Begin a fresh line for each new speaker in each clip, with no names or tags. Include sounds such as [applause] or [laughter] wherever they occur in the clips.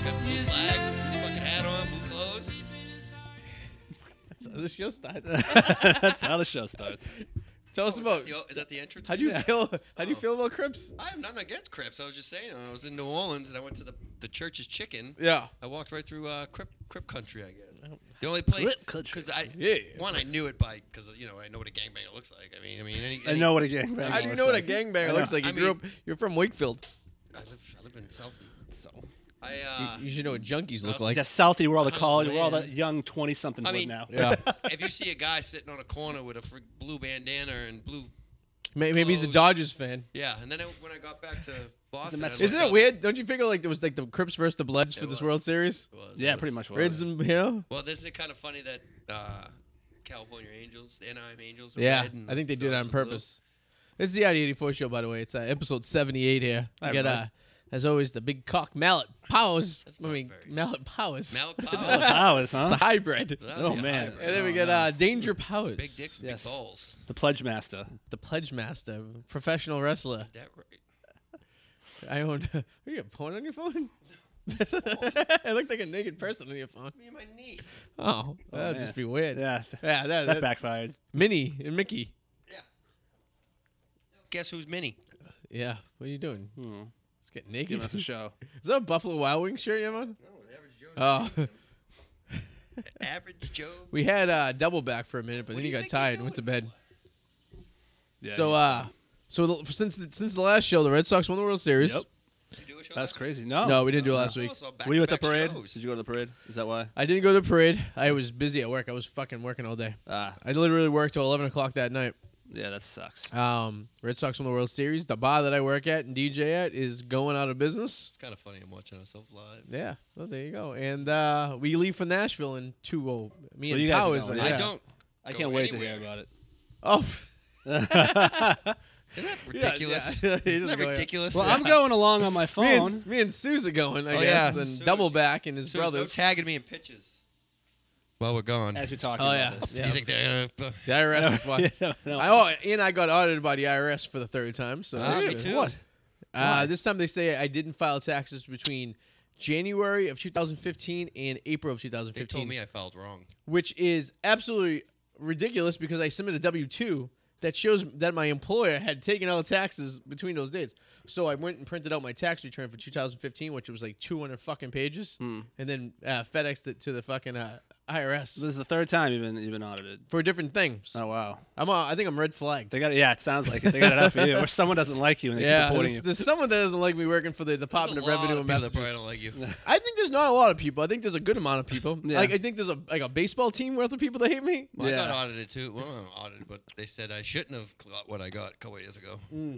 flags with his fucking hat on, blue clothes.
That's how [laughs] the show starts.
[laughs] That's how the show starts.
Tell us about
Yo, is that the entrance?
how do you feel? How do you
Oh.
feel about Crips?
I am nothing against Crips. I was just saying, I was in New Orleans and I went to the, the church's chicken.
Yeah,
I walked right through uh, Crip, Crip Country, I guess. The only place,
Crip Country.
because I
Yeah.
one I knew it by because you know I know what a gangbanger looks like. I mean, I mean, any,
I
any-
know what a gangbang.
how do you
looks
know what a
like.
gangbanger
I
looks
know.
like? You
I
grew up.
mean-
You're from Wakefield,
I live, I live in Southie.
so
I uh,
you should know what junkies look
also-
like.
The Southie, where all the
Oh,
college, where all the
man.
young twenty somethings
I
live
mean-
now.
Yeah, [laughs]
if you see a guy sitting on a corner with a fr- blue bandana and blue,
May- maybe he's a
Clothes.
Dodgers fan.
yeah, and then I, when I got back to Boston, I
Mets fan.
looked
Isn't it
up-
weird? Don't you figure like there was like the Crips versus the Bloods for
It
this
was.
World Series?
It was- it
[laughs] yeah,
was-
pretty much. what it
Reds
is.
and you know.
Well, isn't it kind of funny that uh, California Angels, the Anaheim Angels, are
Yeah,
red and
I think they did it on
Dodgers are blue?
purpose. It's the ID 84 show, by the way. It's uh, episode 78 here. We
Hi,
got,
bud.
uh, as always, the big cock mallet powers.
That's
I mean,
not very-
mallet powers.
Mallet
[laughs]
Oh,
powers.
Powers,
It's
huh?
a hybrid.
That
Oh
would be a
man.
hybrid.
And then we
Oh,
got
no.
uh, Danger Powers.
Big dicks, big
Yes.
balls.
the Pledge Master.
The Pledge Master, professional wrestler.
That right.
I own. [laughs] Are you got porn on your phone? [laughs] it looked like a naked person on your phone.
Me and my niece.
Oh, that'd
man.
just be weird.
Yeah,
yeah that,
[laughs] that
that,
backfired.
Minnie and Mickey.
Yeah. Guess who's Minnie?
Yeah, what are you doing?
Hmm.
Let's get naked.
Give us a show.
[laughs] Is that a Buffalo Wild Wings shirt you have on?
No, average Joe.
Oh. [laughs]
average Joe.
We had uh, double back for a minute, but
What do
then he
you
got
think you're
tired and went to
doing?
bed.
Yeah,
so,
he's-
uh, so the, since the, since the last show, the Red Sox won the World Series.
Yep.
You do a show
that's
last
crazy. No,
No, we didn't do it
no.
last
week?
week.
Oh, so back
Were you at the
to back
parade?
shows.
Did you go to the parade? Is that why?
I didn't go to the parade. I was busy at work. I was fucking working all day.
Ah,
I literally worked till eleven o'clock that night.
yeah, that sucks.
Um, Red Sox won the World Series. The bar that I work at and DJ at is going out of business.
It's kind of funny. I'm watching myself live.
Yeah. Well, there you go. And uh, we leave for Nashville in two. Well, me
Well,
and
you guys are
Powers.
going,
yeah.
I don't.
I
Go
can't wait
anywhere.
to hear about it.
Oh.
Isn't that ridiculous?
yeah. He doesn't
Isn't that
go, yeah.
ridiculous?
[laughs] Well, I'm going along on my phone.
Me and, me and Sue's are going, I
Oh,
guess,
yeah.
and
Sue's-
double back and his
So there's no
brothers.
tagging me in pictures. While we're gone.
as you're talking.
Oh,
about
yeah.
this. [laughs]
Yeah.
You think they're uh,
The IRS
[laughs]
is why.
Yeah, no.
I, oh, and I got audited by the IRS for the third time. So
Ah,
that's
me
good.
too.
What?
Uh, this time they say I didn't file taxes between January of 2015 and April of
They
2015,
told me I filed wrong.
which is absolutely ridiculous because I submitted a W two that shows that my employer had taken all the taxes between those dates. So I went and printed out my tax return for 2015, which was like 200 fucking pages,
Hmm.
and then uh, FedExed it to the fucking uh, IRS
This is the third time you've been you've been audited.
for different things.
Oh wow.
I'm uh, I think I'm red flagged.
They got it. Yeah, it sounds like it. They got it out for you. Or someone doesn't like you and they keep
Yeah,
deporting
there's,
you.
there's someone that doesn't like me working for the
There's
Department
a
of
lot
Revenue
of
in
people that
Massachusetts.
probably don't
[laughs]
like you.
I think there's not a lot of people. I think there's a good amount of people.
Yeah.
Like I think there's a like a baseball team worth of people that hate me.
Well, I
Yeah.
got audited too. Well, not audited, but they said I shouldn't have got what I got a couple years ago.
Mm-hmm.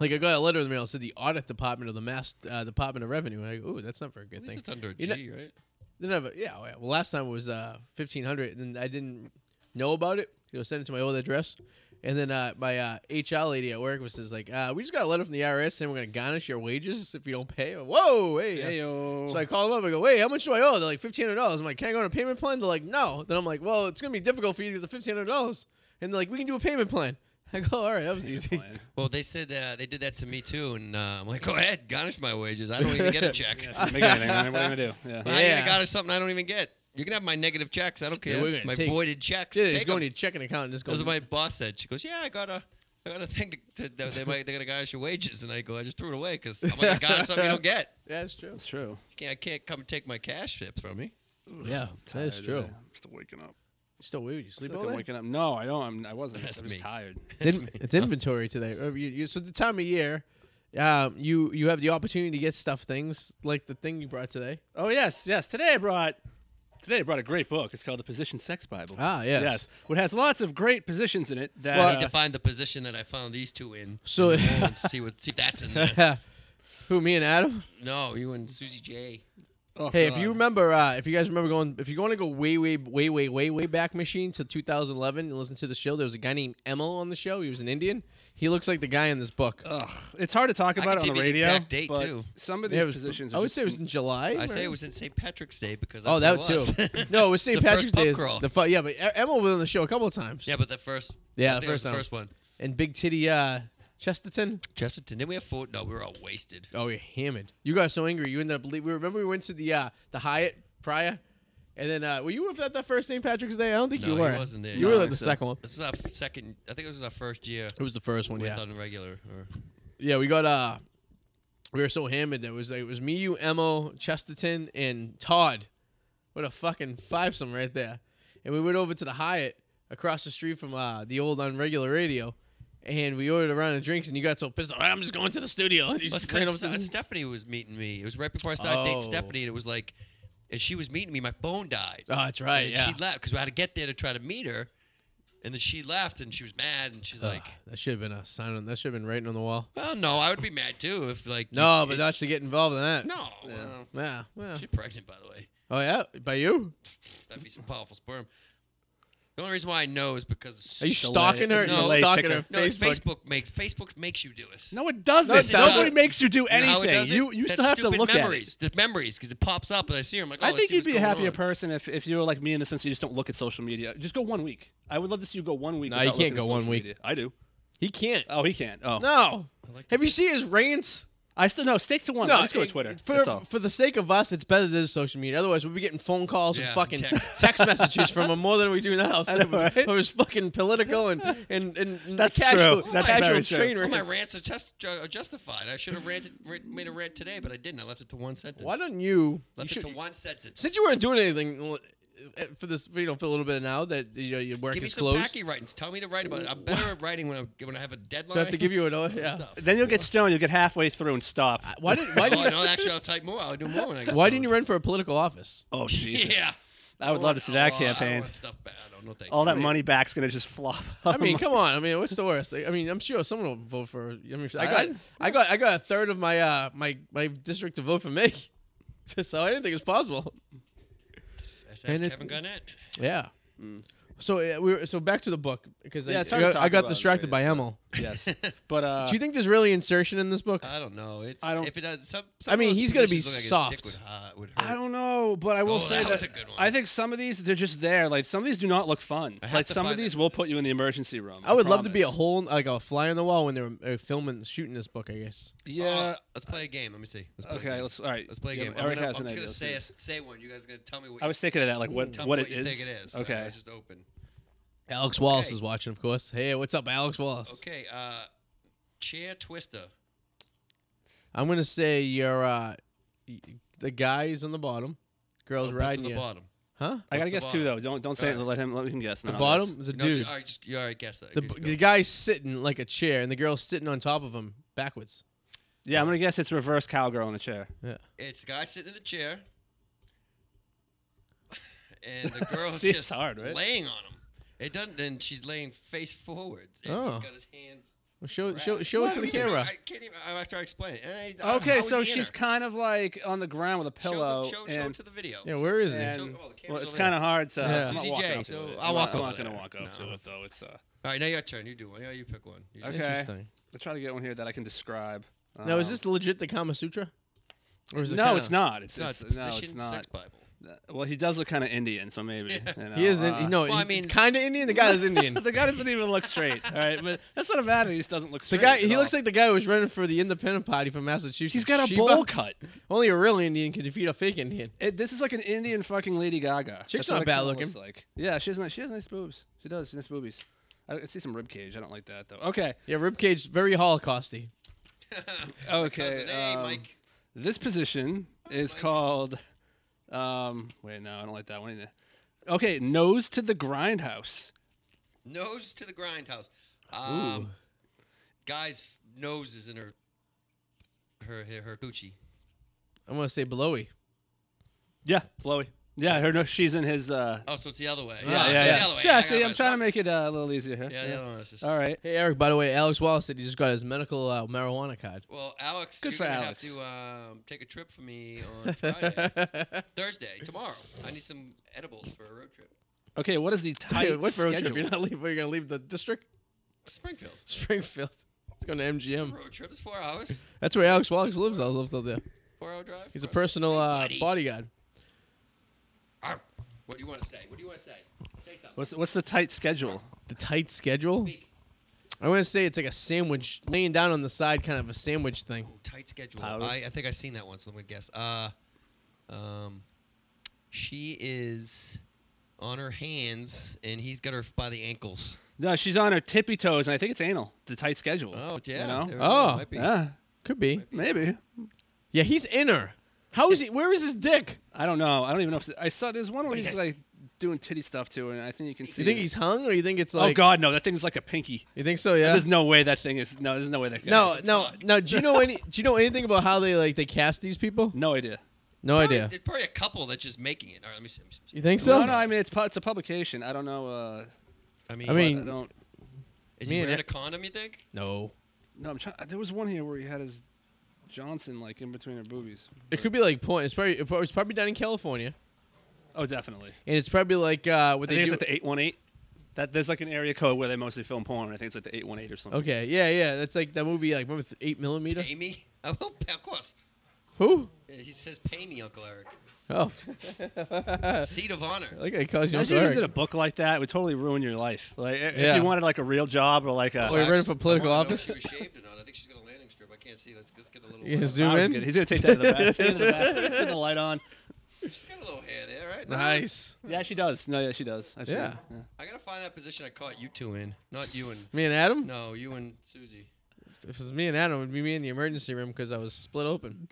Like I got a letter in the mail that said the audit department of the Mass uh, Department of Revenue. And I go, ooh, that's not very
At
good
least
thing.
it's under a G,
You know-
right?
Then I have a- yeah, oh, yeah. Well, last time it was uh, fifteen hundred, and I didn't know about it. You know, sent it to my old address, and then uh, my uh, HR lady at work was just like, uh, "We just got a letter from the IRS saying we're gonna garnish your wages if you don't pay." I'm, Whoa, hey, uh,
Oh.
Heyo.
So I called them up. I go, wait, how much do I owe? They're like fifteen hundred dollars. I'm like, can I go on a payment plan? They're like, no. Then I'm like, well, it's gonna be difficult for you to get the fifteen hundred dollars. And they're like, we can do a payment plan. [laughs] I go, all right, that was easy. [laughs]
Well, they said uh, they did that to me too, and uh, I'm like, [laughs] go ahead, garnish my wages. I don't even
[laughs]
get a check.
Yeah, make anything. man. What am I gonna do? Yeah.
I
Yeah.
even got something I don't even get. You can have my negative checks. I don't
Yeah,
care.
we're gonna
my
take-
voided checks.
Dude, just
take
go
'em.
in your checking account and just go.
That's what my boss said. She goes, "Yeah, I got a, I got a thing. To, to, they might, they're gonna garnish your wages." And I go, "I just threw it away because I'm gonna garnish something you don't get.
yeah, that's true.
That's true.
You can't, I can't come take my cash tips from me."
Yeah, that is true.
I'm still waking up.
It's still weird. You sleep
Like
all
I'm
day?
waking up. No, I don't. I'm, I wasn't.
That's
I'm just
me.
tired.
[laughs]
It's, in- it's inventory today. Uh, you- you- so the time of year, um, you you have the opportunity to get stuff things like the thing you brought today.
Oh yes, yes. Today I brought. Today I brought a great book. It's called the Position Sex Bible.
Ah, yes.
Yes. It has lots of great positions in it. That
Well,
uh,
I need to find the position that I found these two in.
So- [laughs]
in the roll and see what see if that's in there.
Who me and Adam?
No, you and Susie J.
oh,
Hey, if
God.
you remember, uh, if you guys remember going, if you want to go way, way, way, way, way, way back machine to 2011 and listen to the show, there was a guy named Emil on the show. He was an Indian. He looks like the guy in this book.
Ugh, it's hard to talk about
could
it on
give
the
you the
radio.
exact date,
but
too.
Some of
Yeah,
these
it was-
positions. Are
I would
just,
say it was in July.
I say
right?
it was in St. Patrick's Day because that's
Oh, that
what it was. [laughs]
too. [laughs] no, it was St.
The first
Patrick's Day.
pub
is
crawl.
The fu- yeah, but Emil was on the show a couple of times.
yeah, but the first.
Yeah,
I
the
think it was
first
the
one.
first one.
And Big Titty uh, Chesterton.
Chesterton. Then we have food. No, we were all wasted.
Oh, you're hammered. You got so angry. You ended up. Le- we remember we went to the uh, the Hyatt prior, and then uh, were you with that the first St. Patrick's Day? I don't think
No,
you
he
were.
wasn't there.
You
No,
were
I
like
think
the
so.
second one.
This is our second. I think this was our first year
It was the first one.
with
Yeah.
unregular. Or,
Yeah, we got uh we were so hammered that it was like it was me, you, Emo, Chesterton, and Todd. What a fucking fivesome right there. And we went over to the Hyatt across the street from uh the old unregular radio and we ordered a round of drinks and you got so pissed off. I'm just going to the studio. And you
Well, it's
just ran over
'cause,
to
uh,
the-
Stephanie was meeting me. It was right before I started
Oh.
dating Stephanie, and it was like, as she was meeting me, my phone died.
Oh, that's right.
and
Yeah.
she left because I had to get there to try to meet her, and then she left, and she was mad, and she's
Ugh,
like,
that should have been a sign on that should have been writing on the wall.
"Well, no, I would be mad too if like you-
No, but
it-
not to get involved in that.
no." well,
Yeah. Well.
she's pregnant, by the way.
Oh yeah. By you?
That'd be some powerful sperm. The only reason why I know is because
Are you
Delay-
stalking her?
No.
You're stalking
Delay
her
no, it's
Facebook.
Facebook makes Facebook makes you do it.
No, it doesn't.
No, it doesn't.
Nobody makes you do
You know how it
anything.
does it?
you you
That
still have to
stupid
look at it.
memories. The memories because it pops up and I see her. I'm like, oh,
I
let's
think
see
you'd
what's
be a
going
happier
on.
person if, if you were like me in the sense you just don't look at social media. Just go one week. I would love to see you go one week.
No, you
without
can't
looking
go
at
one
social
week.
media. I do.
He can't.
Oh, he can't. Oh,
No.
like
Have you seen his rants?
I still no. Stick to one.
No,
Let's go to
it-
Twitter.
For,
That's all.
for the sake of us, it's better than social media. Otherwise, we'd be getting phone calls and
Yeah,
fucking [laughs] text.
text.
messages from him more than we do now.
[laughs] I know, right?
It was fucking political and and,
[laughs]
and
That's
casual,
true. That's
casual
very true.
train
All my
rants.
rants are just, ju- are justified. I should have ranted, rant, made a rant today, but I didn't. I left it to one sentence.
Why don't you? you
left
should-
it to one sentence?
since you weren't doing anything uh, for this, you know, for a little bit now that you know your work
Give me
is
some
closed.
packy writings. Tell me to write about it. I'm better at writing when I when I have a deadline.
Do I have to give you
[laughs]
an order? Yeah.
Stuff.
Then you'll get stoned. You'll get halfway through and stop.
Why
[laughs]
did why
[laughs] Oh,
did
no, actually, I'll type more. I'll do more when I get
why
started.
didn't you run for a political office?
Oh Jesus!
Yeah, Oh,
I would love to see
I
that
don't want- I don't
campaign.
want stuff bad. I don't know. Thank
All
you.
that money back's gonna just flop. Oh,
I
[laughs]
mean, come on. I mean, what's the worst? I mean, I'm sure someone will vote for. I mean, I got,
I-
I got, I got a third of my uh, my my district to vote for me. [laughs] so I didn't think it's possible.
That's
and it-
Kevin Garnett.
Yeah. So uh, we were, so back to the book because
Yeah,
I,
it's hard to
I got- I
talk
got
about it,
distracted by
right? It's,
Emil.
yes, but uh,
Do you think there's really insertion in this book?
I don't know. It's
I don't-
if it does, some, some
I mean,
of those
he's gonna be
positions look like his dick
soft.
Would, hurt- would hurt.
I don't know, but I will
Oh,
say
that
that,
was a good one.
I think some of these they're just there. Like some of these do not look fun.
I have
Like
to
some of
find
these
it.
will put you in the emergency room.
I would love to be a
promise.
whole like a fly on the wall when they were uh, filming shooting this book. I guess.
Yeah.
Oh, let's play a game. Let me see. Let's play a
okay.
game.
Let's all right.
Let's play a
yeah,
game. I'm
Eric
gonna,
has
I'm
an
just
idea.
gonna
Let's
say
see.
a, say one. You guys are gonna tell me what.
I was thinking of that, like what
tell
what
me
it
what you
is.
think it is.
Okay.
I was just open.
Alex Wallace
Okay.
is watching, of course. Hey, what's up, Alex Wallace?
Okay. Uh, chair twister.
I'm gonna say you're uh, y- the guys on the bottom, girls
Oh, puts
riding
on the
you,
bottom.
huh?
I gotta
What's the
guess two though. Don't don't say it.
Alright.
Let him let him guess.
The
No,
bottom is a
No,
dude.
ju- all right, just you already guessed that.
the,
Just
b-
go.
the guy's sitting like a chair, and the girl's sitting on top of him backwards.
Yeah, I'm gonna guess it's reverse cowgirl in a chair.
Yeah.
it's a guy sitting in the chair, and
[laughs]
the girl's
See, it's
just
hard, right?
laying on him. It doesn't. Then she's laying face forwards. And
Oh.
he's got his hands.
Well, show show
wrapped.
show it
What?
to the
I mean,
camera.
I can't even. I'm after I explain it. And Oh, I- I-
Okay,
I was
so
in
she's
her.
kind of like on the ground with a
Show the-
pillow.
Show, show
and,
to the video.
Yeah, where is
and-
it?
Show- oh, the camera's
well, it's
over there.
kind of hard. So
Yeah.
I'm not
Susie
walking
J,
up to
so
it.
I'll walk
I'm not- I'm
over
not gonna
there.
walk up to
No.
it though. It's uh,
All right, now your turn. You do one. Yeah, you pick one. You do-
Okay.
Interesting.
I'll try to get one here that I can describe.
Now, is
Um,
this legit the Kama Sutra? Or is it
No,
kinda-
it's not. It's,
No,
it's,
it's a
no, it's
position
not.
sex Bible.
Well, he does look kind of Indian, so maybe. you know,
He is.
uh,
in, no,
well, I
I
mean-
mean, kind of Indian. The guy is Indian.
[laughs] the guy doesn't even look straight. All right, but that's not a matter. He just doesn't look
The
straight.
guy, he looks like the guy who was running for the independent party from Massachusetts.
he's got a
Shiva.
bowl cut.
Only a real Indian can defeat a fake Indian.
It, this is like an Indian fucking Lady Gaga.
Chick's
That's what
not
it
bad
kinda
looking.
looks Like, yeah, she has nice. She has nice boobs. She does. She has nice boobies. I, I see some rib cage. I don't like that though. Okay.
Yeah, ribcage, very Holocausty.
Okay.
Cousin, hey,
um,
Mike.
This position is called. Um, wait, no, I don't like that one either. Okay, nose to the grindhouse.
Nose to the grindhouse. Um, guy's nose is in her, her, her, her coochie.
I'm gonna say blowy.
Yeah, Chloe. Yeah, her. No, she's in his. Uh,
Oh, so it's the other way.
Yeah,
Ah, so
yeah,
the
yeah.
other way.
Yeah,
I got
see, I'm
my-
trying to make it uh, a little easier here.
Yeah, the other one is just.
All right.
Hey Eric, by the way, Alex Wallace said he just got his medical uh, marijuana card.
Well, Alex,
Good
you're
for
gonna
Alex.
have to um, take a trip for me
[laughs]
on Friday, Thursday, tomorrow. I need some edibles for a road trip.
Okay, what is [laughs] the tight
Dude, what road trip?
schedule?
You're not leaving. You're gonna leave the district, [laughs]
Springfield
Springfield. It's going to MGM.
road trip is four hours,
That's where Alex Wallace lives. I lives out there.
four hour drive.
He's a
Road trip.
personal uh,
Buddy.
bodyguard.
Arr. What do you want to say? What do you want to say? Say something.
What's what's the tight schedule?
The tight schedule.
Speak.
I want to say it's like a sandwich, laying down on the side, kind of a sandwich thing.
Tight schedule.
Powder.
I, I think I've seen that one, so I'm gonna guess. Uh, um, she is on her hands, and he's got her f- by the ankles.
No, she's on her tippy toes, and I think it's anal. The tight schedule.
Oh yeah.
You know?
there we go,
Oh,
might be.
Yeah,
Could be.
maybe.
Yeah, he's in her. How is he? Where is his dick?
I don't know. I don't even know if I saw. There's one where
Like
he's
I-
like doing titty stuff too, and I think you can see.
You think
his-
he's hung, or you think it's like?
oh God, no! That thing's like a pinky.
You think so? Yeah.
There's no way that thing is. No, there's no way that. Guy
No,
is.
no, no. Do you know any? Do you know anything about how they like they cast these people?
no idea.
No
Probably-
idea.
There's probably a couple that's just making it. All right, let me see. Let me see.
You think
No,
so?
no. I mean, it's pu- it's a publication. I don't know. Uh,
I mean,
I mean-
I don't.
is
me
he
and
wearing
it-
a condom? You think?
No.
No, I'm trying. There was one here where he had his Johnson like in between her boobies.
It could be like point. It's probably it was probably done in California,
Oh, definitely.
and it's probably like uh, what
I think
they
it's
do.
like the eight one eight. That there's like an area code where they mostly film porn. I think it's like the eight one eight or something.
okay, yeah, yeah. That's like that movie, like remember th- Eight Millimeter?
[laughs] Amy? Oh, of course.
Who?
Yeah, he says, "Pay me, Uncle Eric."
Oh, [laughs]
Seat of honor.
I think I calls you.
Imagine
Uncle
if you did a
Eric.
book like that, it would totally ruin your life. Like i-
Yeah.
if you wanted like a real job or like a.
Oh, you're running for political
I wanna know if
office.
she was shaved or not. I think she's got a landing strip. I can't see. Let's, let's get a little.
You gonna
uh,
zoom
Tom's
in?
good. He's gonna take that to the back. Take it to the
[laughs]
back. Let's get the light on.
got a little hair there, right?
Nice.
Yeah, she does. No, yeah, she does. I've seen
Yeah.
it. yeah.
I gotta find that position I caught you two in, not you and.
Me and Adam.
No, you and Susie.
If it was me and Adam, it would be me in the emergency room because I was split open.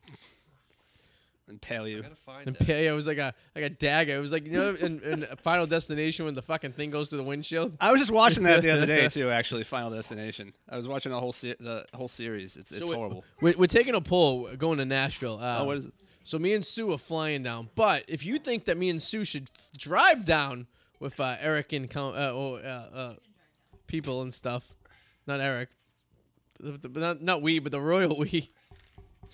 Impale
I
you.
gotta find
And
that.
yeah, it was like a like a dagger. It was like you know in, in Final Destination when the fucking thing goes to the windshield.
I was just watching that the other day too. Actually, Final Destination. I was watching the whole se- the whole series. It's it's
So we-
horrible.
We're, we're taking a poll We're going to Nashville. Uh,
Oh, what is it?
So me and Sue are flying down. But if you think that me and Sue should f- drive down with uh, Eric and Cal- uh, or, uh, uh, people and stuff, not Eric, The- the- not, not we, but the royal we [laughs]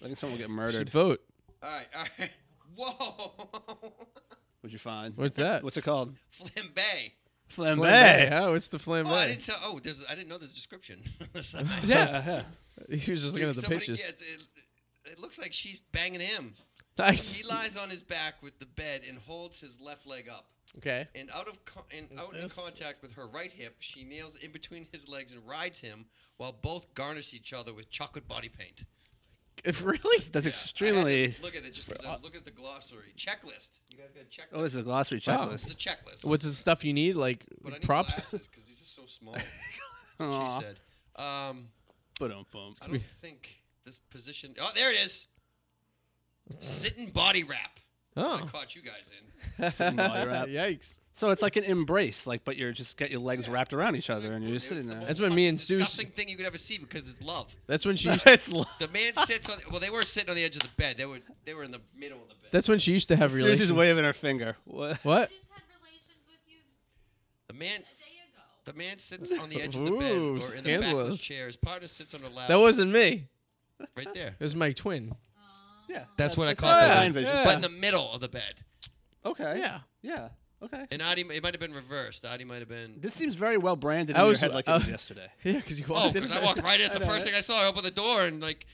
I think someone will get
should
murdered.
vote.
All right, all right. [laughs] Whoa, [laughs]
Would you find?
What's that?
What's it called?
flambe.
Flambe.
Flambe, huh? It's the
Oh, I didn't
flambe.
tell. Oh, there's. I didn't know this description. [laughs] on the side.
[laughs]
[laughs]
yeah, [laughs]
Yeah.
he was just looking at the
Somebody-
pictures.
yeah, it, it looks like she's banging him.
Nice.
He lies on his back with the bed and holds his left leg up.
Okay. [laughs]
And out of con- and out
this.
in contact with her right hip, she nails in between his legs and rides him while both garnish each other with chocolate body paint.
If really?
That's
Yeah, I had to
extremely.
Look at it. Just because I'm looking at the glossary checklist. You guys got a checklist.
Oh, this is a glossary
Wow.
It's a
checklist.
checklist.
What's the stuff you need? Like
but I need
props?
because these are so small.
[laughs] Aw.
she said. Um,
Ba-dum-bum. [laughs]
I don't think this position. Oh, there it is. Sitting body wrap. [laughs] I
Oh.
caught you guys in.
Sitting while you're [laughs]
[laughs]
out.
Yikes.
So it's like an embrace, like but you're just get your legs wrapped around each other and you're just sitting [laughs] there.
That's when me and
Most
Sue.
disgusting thing you could ever see because it's love.
That's when
[laughs]
she. Used
It's lo-
The
[laughs]
man sits on. Well, they weren't sitting on the edge of the bed. They were. They were in the middle of the bed.
That's when she used to have relations.
Susie's waving her finger. What?
What?
just had relations with you
The
a
man.
day ago.
The man sits on the edge of the bed or in
Ooh,
the back of the
scandalous.
chair. His partner sits on the lap.
That wasn't me.
right there.
It was my twin.
Yeah.
That's what I
not
caught that
bad.
one.
Line vision.
Yeah.
But in the middle of the bed.
Okay.
Yeah.
Yeah. Okay.
And Adi, it might have been reversed. Adi might have been.
This seems very well branded in
I
your
was-
head like it
I
was
was-
yesterday.
[laughs] Yeah, because you
Oh,
walked in.
because I walked right in. It's the
I know,
first
right?
thing I saw. I opened the door and like,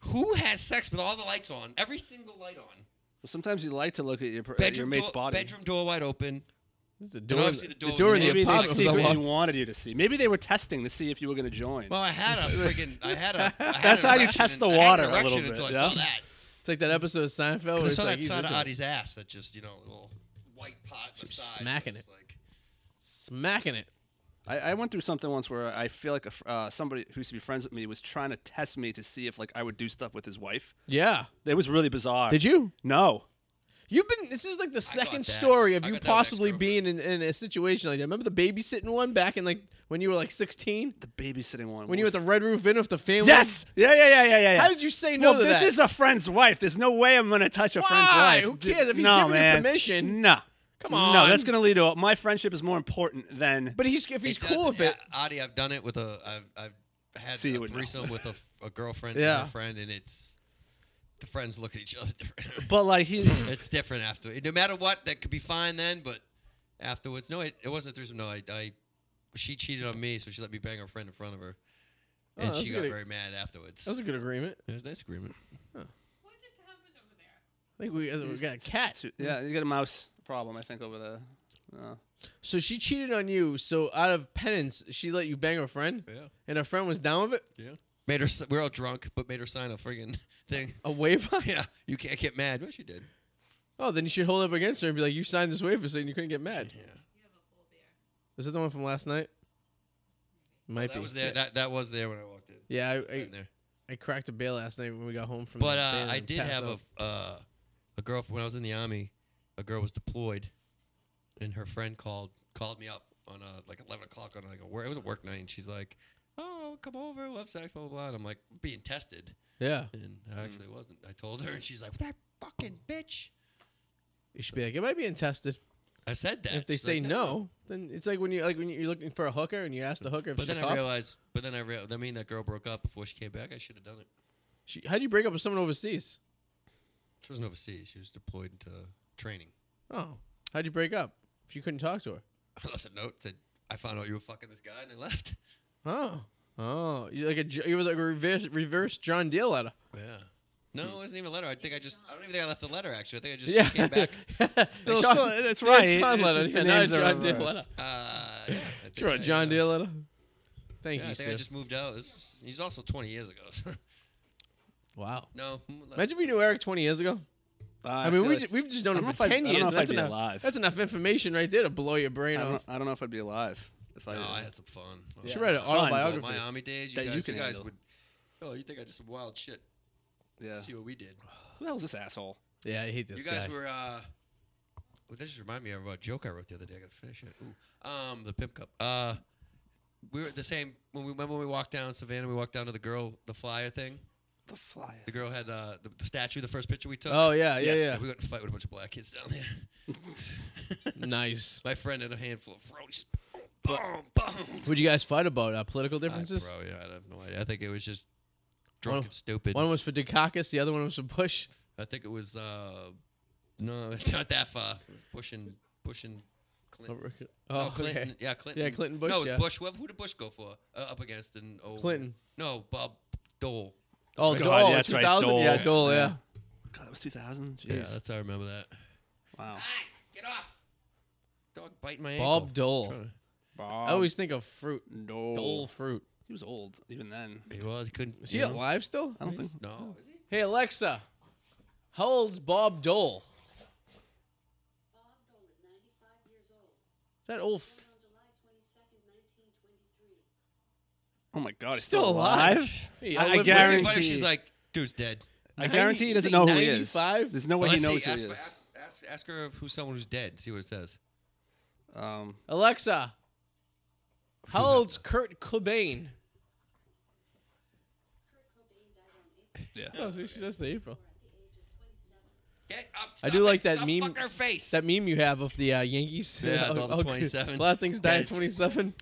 who has sex with all the lights on? Every single light on.
Well, sometimes you like to look at your per- at your
Bedroom
mate's
door,
body.
bedroom door wide open.
The
And
door,
obviously
the
the door was
door in the
locked.
Maybe they
apartment was
secretly
secretly
unlocked.
wanted you to see. Maybe they were testing to see if you were going to join.
Well, I
[laughs]
had a freaking. I had a. I had
That's
an
how you
erection
test
and-
the
I had
water
an
a little
erection
bit,
Until I
yeah?
saw that.
It's like that episode of Seinfeld. Where
'Cause I
Oh, it's
saw
like
that
he's
side of
into it.
Adi's ass that just you know a little white pot. on the
She's
side.
smacking
It's Like,
smacking it.
I, I went through something once where I feel like a, fr- uh, somebody who used to be friends with me was trying to test me to see if like I would do stuff with his wife.
Yeah.
It was really bizarre.
Did you?
No.
You've been. This is like the second
that.
story of
I
you
got that with
possibly being in, in a situation like that. Remember the babysitting one back in like when you were like 16,
The babysitting one.
when you were at the Red Roof Inn with the family.
Yes. Yeah, yeah, yeah, yeah, yeah. yeah.
How did you say no
Well,
to
this
that?
is a friend's wife. There's no way I'm gonna touch a friend's
Why?
wife.
Who
D-
cares if he's
no,
giving you
man.
permission?
No.
Come
No,
on.
that's gonna lead to a, my friendship is more important than.
But he's if he's
It
cool
doesn't-
with it.
yeah, Adi, I've done it with a. I've, I've had
See, you
a
would know.
threesome with a, a girlfriend
Yeah.
and a friend, and it's the friends look at each other [laughs] different.
but like he.
it's different after. No matter what, that could be fine then, but afterwards, no, it, it wasn't a threesome. No, I, I, she cheated on me, so she let me bang her friend in front of her,
Oh,
and
that's
she got
good.
very mad afterwards.
That was a good agreement.
it was a nice agreement.
What just happened over there?
I think we, we got a cat.
yeah, you got a mouse problem I think over there. No.
So she cheated on you. So out of penance, she let you bang her friend,
Yeah.
and her friend was down with it.
Yeah. Made her. s- We are all drunk, but made her sign a friggin' [laughs] thing.
A waiver?
Yeah. You can't get mad. What she did.
[laughs] Oh, then you should hold up against her and be like, "You signed this waiver saying you couldn't get mad."
You have a full beer.
Was that the one from last night? Might
That
be.
was there. That that was there when I walked in.
yeah, I,
Right
I,
in there.
I cracked a bail last night when we got home from.
But
the
uh,
bail
I
and
did
passed
have
out.
a uh, a girl when I was in the army. A girl was deployed, and her friend called called me up on a like eleven o'clock on like a work. It was a work night, and she's like, "Oh, come over, we'll have sex, blah blah blah." And I'm like, "Being tested,"
yeah.
and I actually wasn't. I told her, and she's like, "That fucking bitch."
You should be like, "Am I being tested?"
I said that.
And if they
She's
say
like,
no, then it's like when you like when you're looking for a hooker and you ask the hooker if
But
she's
then
a
I
cop.
realized. But then I realized. I mean, that girl broke up before she came back. I should have done it.
She, how do you break up with someone overseas?
She wasn't overseas. She was deployed into training. [laughs]
Oh, how'd you break up if you couldn't talk to her?
I left a note said, "I found out you were fucking this guy," and I left.
Oh, oh, you like a J- you was like a reverse reverse John Deere letter.
Yeah. [laughs] No, it wasn't even a letter. I think I just. I don't even think I left a letter. Actually, I think I just
Yeah,
came
[laughs]
back.
Still,
John-
still- that's
still
right.
John
It's
letter.
just the
Yeah, now
names
it's
are
John Deere
reversed.
letter.
Uh, yeah, I think
Sure,
I,
a John
uh,
Deere letter. Thank
Yeah, I
you,
think
sir.
I just moved out. This was- he's also 20 years ago. [laughs] so-
wow.
no. mm, less.
Imagine if we knew Eric 20 years ago. I,
feel
mean, we
like-
ju- we've just known
I
him
don't
for 10
know if I'd- I
years.
don't know if
that's,
I'd be
enough,
alive.
that's enough information right there to blow your brain
I
off.
don't, I don't know if I'd be alive if I.
No, I had some fun.
Yeah.
She read an
Fine, but
Oh,
autobiography.
my army days. You
That you
guys, you,
can
guys
handle.
would. Oh, you think I did some wild shit?
yeah.
See what we did.
Who the hell's this asshole?
Yeah, I hate this
you guys
guy.
were. uh well, this just reminded me of a joke I wrote the other day. I gotta finish it. Ooh. Um, the pimp cup. Uh, we were at the same when we remember when we walked down Savannah. We walked down to the girl, the flyer thing.
The flyer.
The girl had uh, the, the statue, the first picture we took.
oh, yeah, yeah,
Yes.
We got in a fight with a bunch of black kids down there. [laughs]
yeah. nice.
My friend had a handful of frogs. Boom, boom.
Would you guys fight about? Uh, political differences?
bro, yeah, I have no idea. I think it was just drunk
One-
and stupid.
One was for Dukakis, the other one was for Bush.
I think it was uh, no, [laughs] it's not that far. It was Bush and Bush and Clinton. [laughs]
Oh,
no, Clinton.
okay.
Yeah, Clinton.
Yeah, Clinton, Bush,
No, it was
yeah.
Bush. Who, who did Bush go for? Uh, up against and oh,
Clinton.
No, Bob Dole.
Oh,
God,
Dole,
yeah, that's right,
2000? Yeah,
Dole.
Dole, yeah.
Yeah. God, that was 2000. Jeez.
Yeah, that's how I remember that.
wow.
Get off! Dog biting my
Bob
ankle.
Dole.
Trying to-
Bob
I always think of fruit.
no.
Dole fruit.
He was old even then.
He was. He couldn't.
Is he
you know?
alive still?
I don't think.
No. Is he?
Hey, Alexa, how old's Bob Dole?
Bob Dole is 95 years old,
That old. F-
born on July 22nd, 1923.
Oh my God, he's
Still
still,
alive.
alive.
[laughs] Hey,
I,
I live-
I
What if- what
guarantee.
if she's like, dude's dead?
I guarantee he
Ninety-
doesn't know who he is.
95?
There's no way
Well,
he
let's
knows
see,
who
ask,
he is.
ask, ask, ask her who's someone who's dead. See what it says.
Um,
Alexa, how old's Kurt Cobain?
Kurt Cobain died on April
yeah.
Oh, so she says the April.
at the age of 27.
Get up,
I
stop
do
it,
like that
stop
meme-
fucking her face.
That meme you have of the uh, Yankees.
Yeah,
Oh, [laughs]
all the
oh,
27.
A lot of things die at
Dead.
27.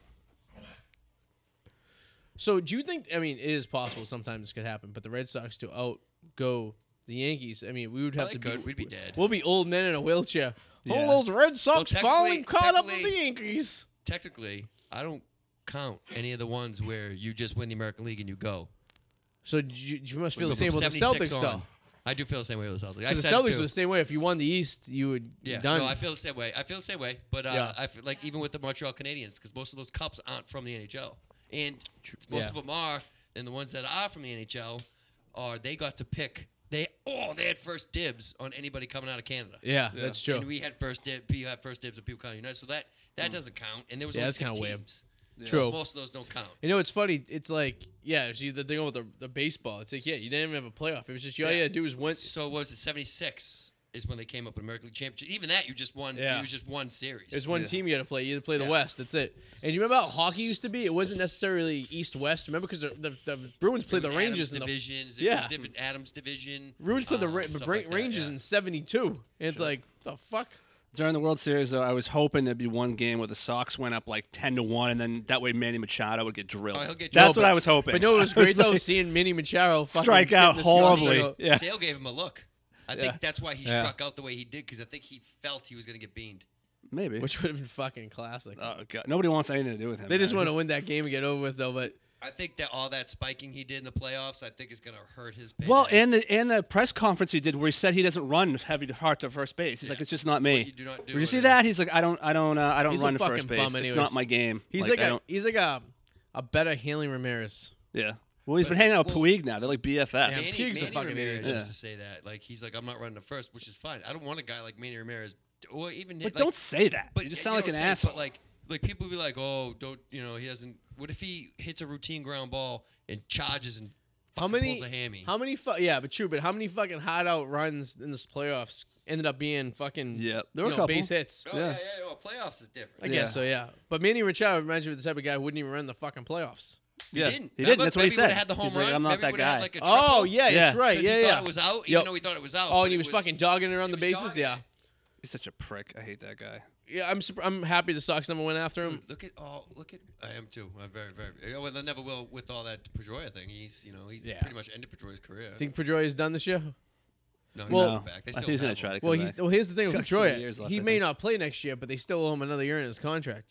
So do you think? I mean, it is possible sometimes this could happen, but the Red Sox to outgo the Yankees. I mean, we would have
Well,
to
they could. We'd be dead.
We'll be old men in a wheelchair.
Yeah.
All those Red Sox
technically-
falling caught up with the
technically-
Yankees.
Technically, I don't count any of the ones where you just win the American League and you go.
So you, you must feel
So
the same
from
with the
76
Celtics,
on,
though.
I do feel the same way with the Celtics. I
Because the
said it
Celtics
too.
were the same way. If you won the East, you would
yeah,
done.
no, I feel the same way. I feel the same way, but uh,
Yeah.
I feel like even with the Montreal Canadiens, because most of those cups aren't from the NHL, and most
Yeah.
of them are, and the ones that are from the NHL are they got to pick. They oh they had first dibs on anybody coming out of Canada.
yeah, that's true. Mm.
And we had first dibs. You had first dibs of people counting United. So that that doesn't count. And there was
Yeah,
only
that's
six
kinda weird. Oh.
teams.
True.
Most of those don't count.
You know, it's funny. It's like, yeah, see the thing with the, the baseball. It's like, yeah, you didn't even have a playoff. It was just, all you
Yeah.
had to do was win.
So what was it? Seventy six is when they came up with American League Championship. Even that you just won.
Yeah.
It was just one series.
There's one
Yeah.
team you had to play. You had to play the
Yeah.
West. That's it. And you remember how hockey used to be? It wasn't necessarily East West. Remember because the, the, the Bruins
It
played the
was
Rangers in
Adams
the
divisions.
yeah.
It was different Adams division.
Bruins played the
um,
Ra-
stuff
Bra-
like that,
Rangers
yeah.
in '72. And it's like the fuck.
During the World Series, though, I was hoping there'd be one game where the Sox went up like ten to one, and then that way Manny Machado would get drilled.
Oh, he'll get
That's
drilled,
what
but-
I was hoping.
But no, it was
[laughs] I
great though
like,
seeing Minnie Machado fucking
Strike
getting
out
the shit
horribly.
out of-
Yeah.
Sale gave him a look. I
Yeah.
think that's why he
Yeah.
struck out the way he did because I think he felt he was going to get beamed.
maybe.
which would have been fucking classic.
oh uh, God, nobody wants anything to do with him.
they just
man.
want to win that game and get over with though. But
I think that all that spiking he did in the playoffs, I think is going to hurt his. Payday.
Well, and the and the press conference he did where he said he doesn't run heavy to heart to first base. He's like, it's just not me.
you do not do
Did you see
it.
that? He's like, I don't, I don't, uh, I don't
He's a
run to
fucking
first
bum
base. It's
anyways.
not my game.
He's like,
I
a
don't-
he's like a a better Hanley Ramirez.
yeah. Well, he's
But-
been hanging out with
well-
Puig now. They're like
Yeah,
Manny,
BFFs.
Puig's a
Manny
fucking
Ramirez
idiot.
used to say that. Like he's like, I'm not running the first, which is fine. I don't want a guy like Manny Ramirez or even.
But
like,
don't say that.
But
you just
yeah,
sound like
know
an
what I'm saying,
asshole.
But like, like people be like, oh, don't you know he doesn't. What if he hits a routine ground ball and charges and
How
fucking
many?
pulls a hammy?
How many? Fu- yeah, but true. But how many fucking hot out runs in this playoffs ended up being fucking?
Yep. There were
you
a
know,
couple.
base hits.
oh yeah, yeah,
yeah.
yeah. Well, playoffs is
I
different.
Yeah.
guess so. Yeah. But Manny Machado reminds me of the type of guy who wouldn't even run the fucking playoffs.
yeah,
He didn't.
He did.
Now,
That's
look,
what he
maybe would've
said.
Had the home
he's
run.
like, I'm not
maybe
that
would've Had
guy.
like a
Oh
triple,
yeah, that's
Yeah.
right.
'cause
Yeah,
he
yeah.
thought it was out, even
Yep.
though he thought it was out.
oh,
but
and he
it
was, fucking dogging around the
he was
bases.
dogging
Yeah.
he's such a prick. I hate that guy.
Yeah, I'm surp- I'm happy the Sox number one after him.
Dude, [laughs] Look at all. Look at. I am too. I'm very, very. Well, I never will with all that Pedroia thing. He's, you know, he's
Yeah.
pretty much ended Pedroia's career.
Think Pedroia is done this year?
no, he's
well,
not
no,
back. They still
I think he's gonna
have him.
try to. Come
Well, he's
back.
well. Here's the thing
He's
with
got three
Pedroia.
years left,
he
I
may
think.
not play next year, but they still owe him another year in his contract.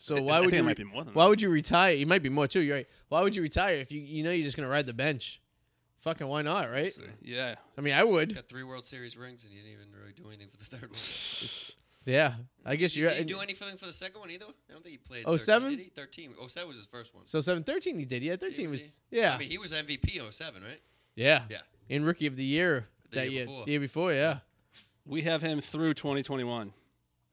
[laughs]
So
I
why would
think
you?
it might
re-
be more than
why
that.
would you retire? He might be more too. You're right. Why would you retire if you you know you're just gonna ride the bench? Fucking why not? Right?
Yeah.
I mean, I would.
Got three World Series rings, and he didn't even really do anything for the third one.
Yeah. I guess you're.
Did he do anything for the second one either? I don't think he played.
07?
13, did he? 13. 07 was his first one.
so seven thirteen he did. Yeah, thirteen
was
was.
he?
Yeah.
I mean, he was MVP in 07, right?
yeah.
Yeah.
And rookie of the year
The
that
year
year.
before.
The year before. Yeah.
We have him through 2021.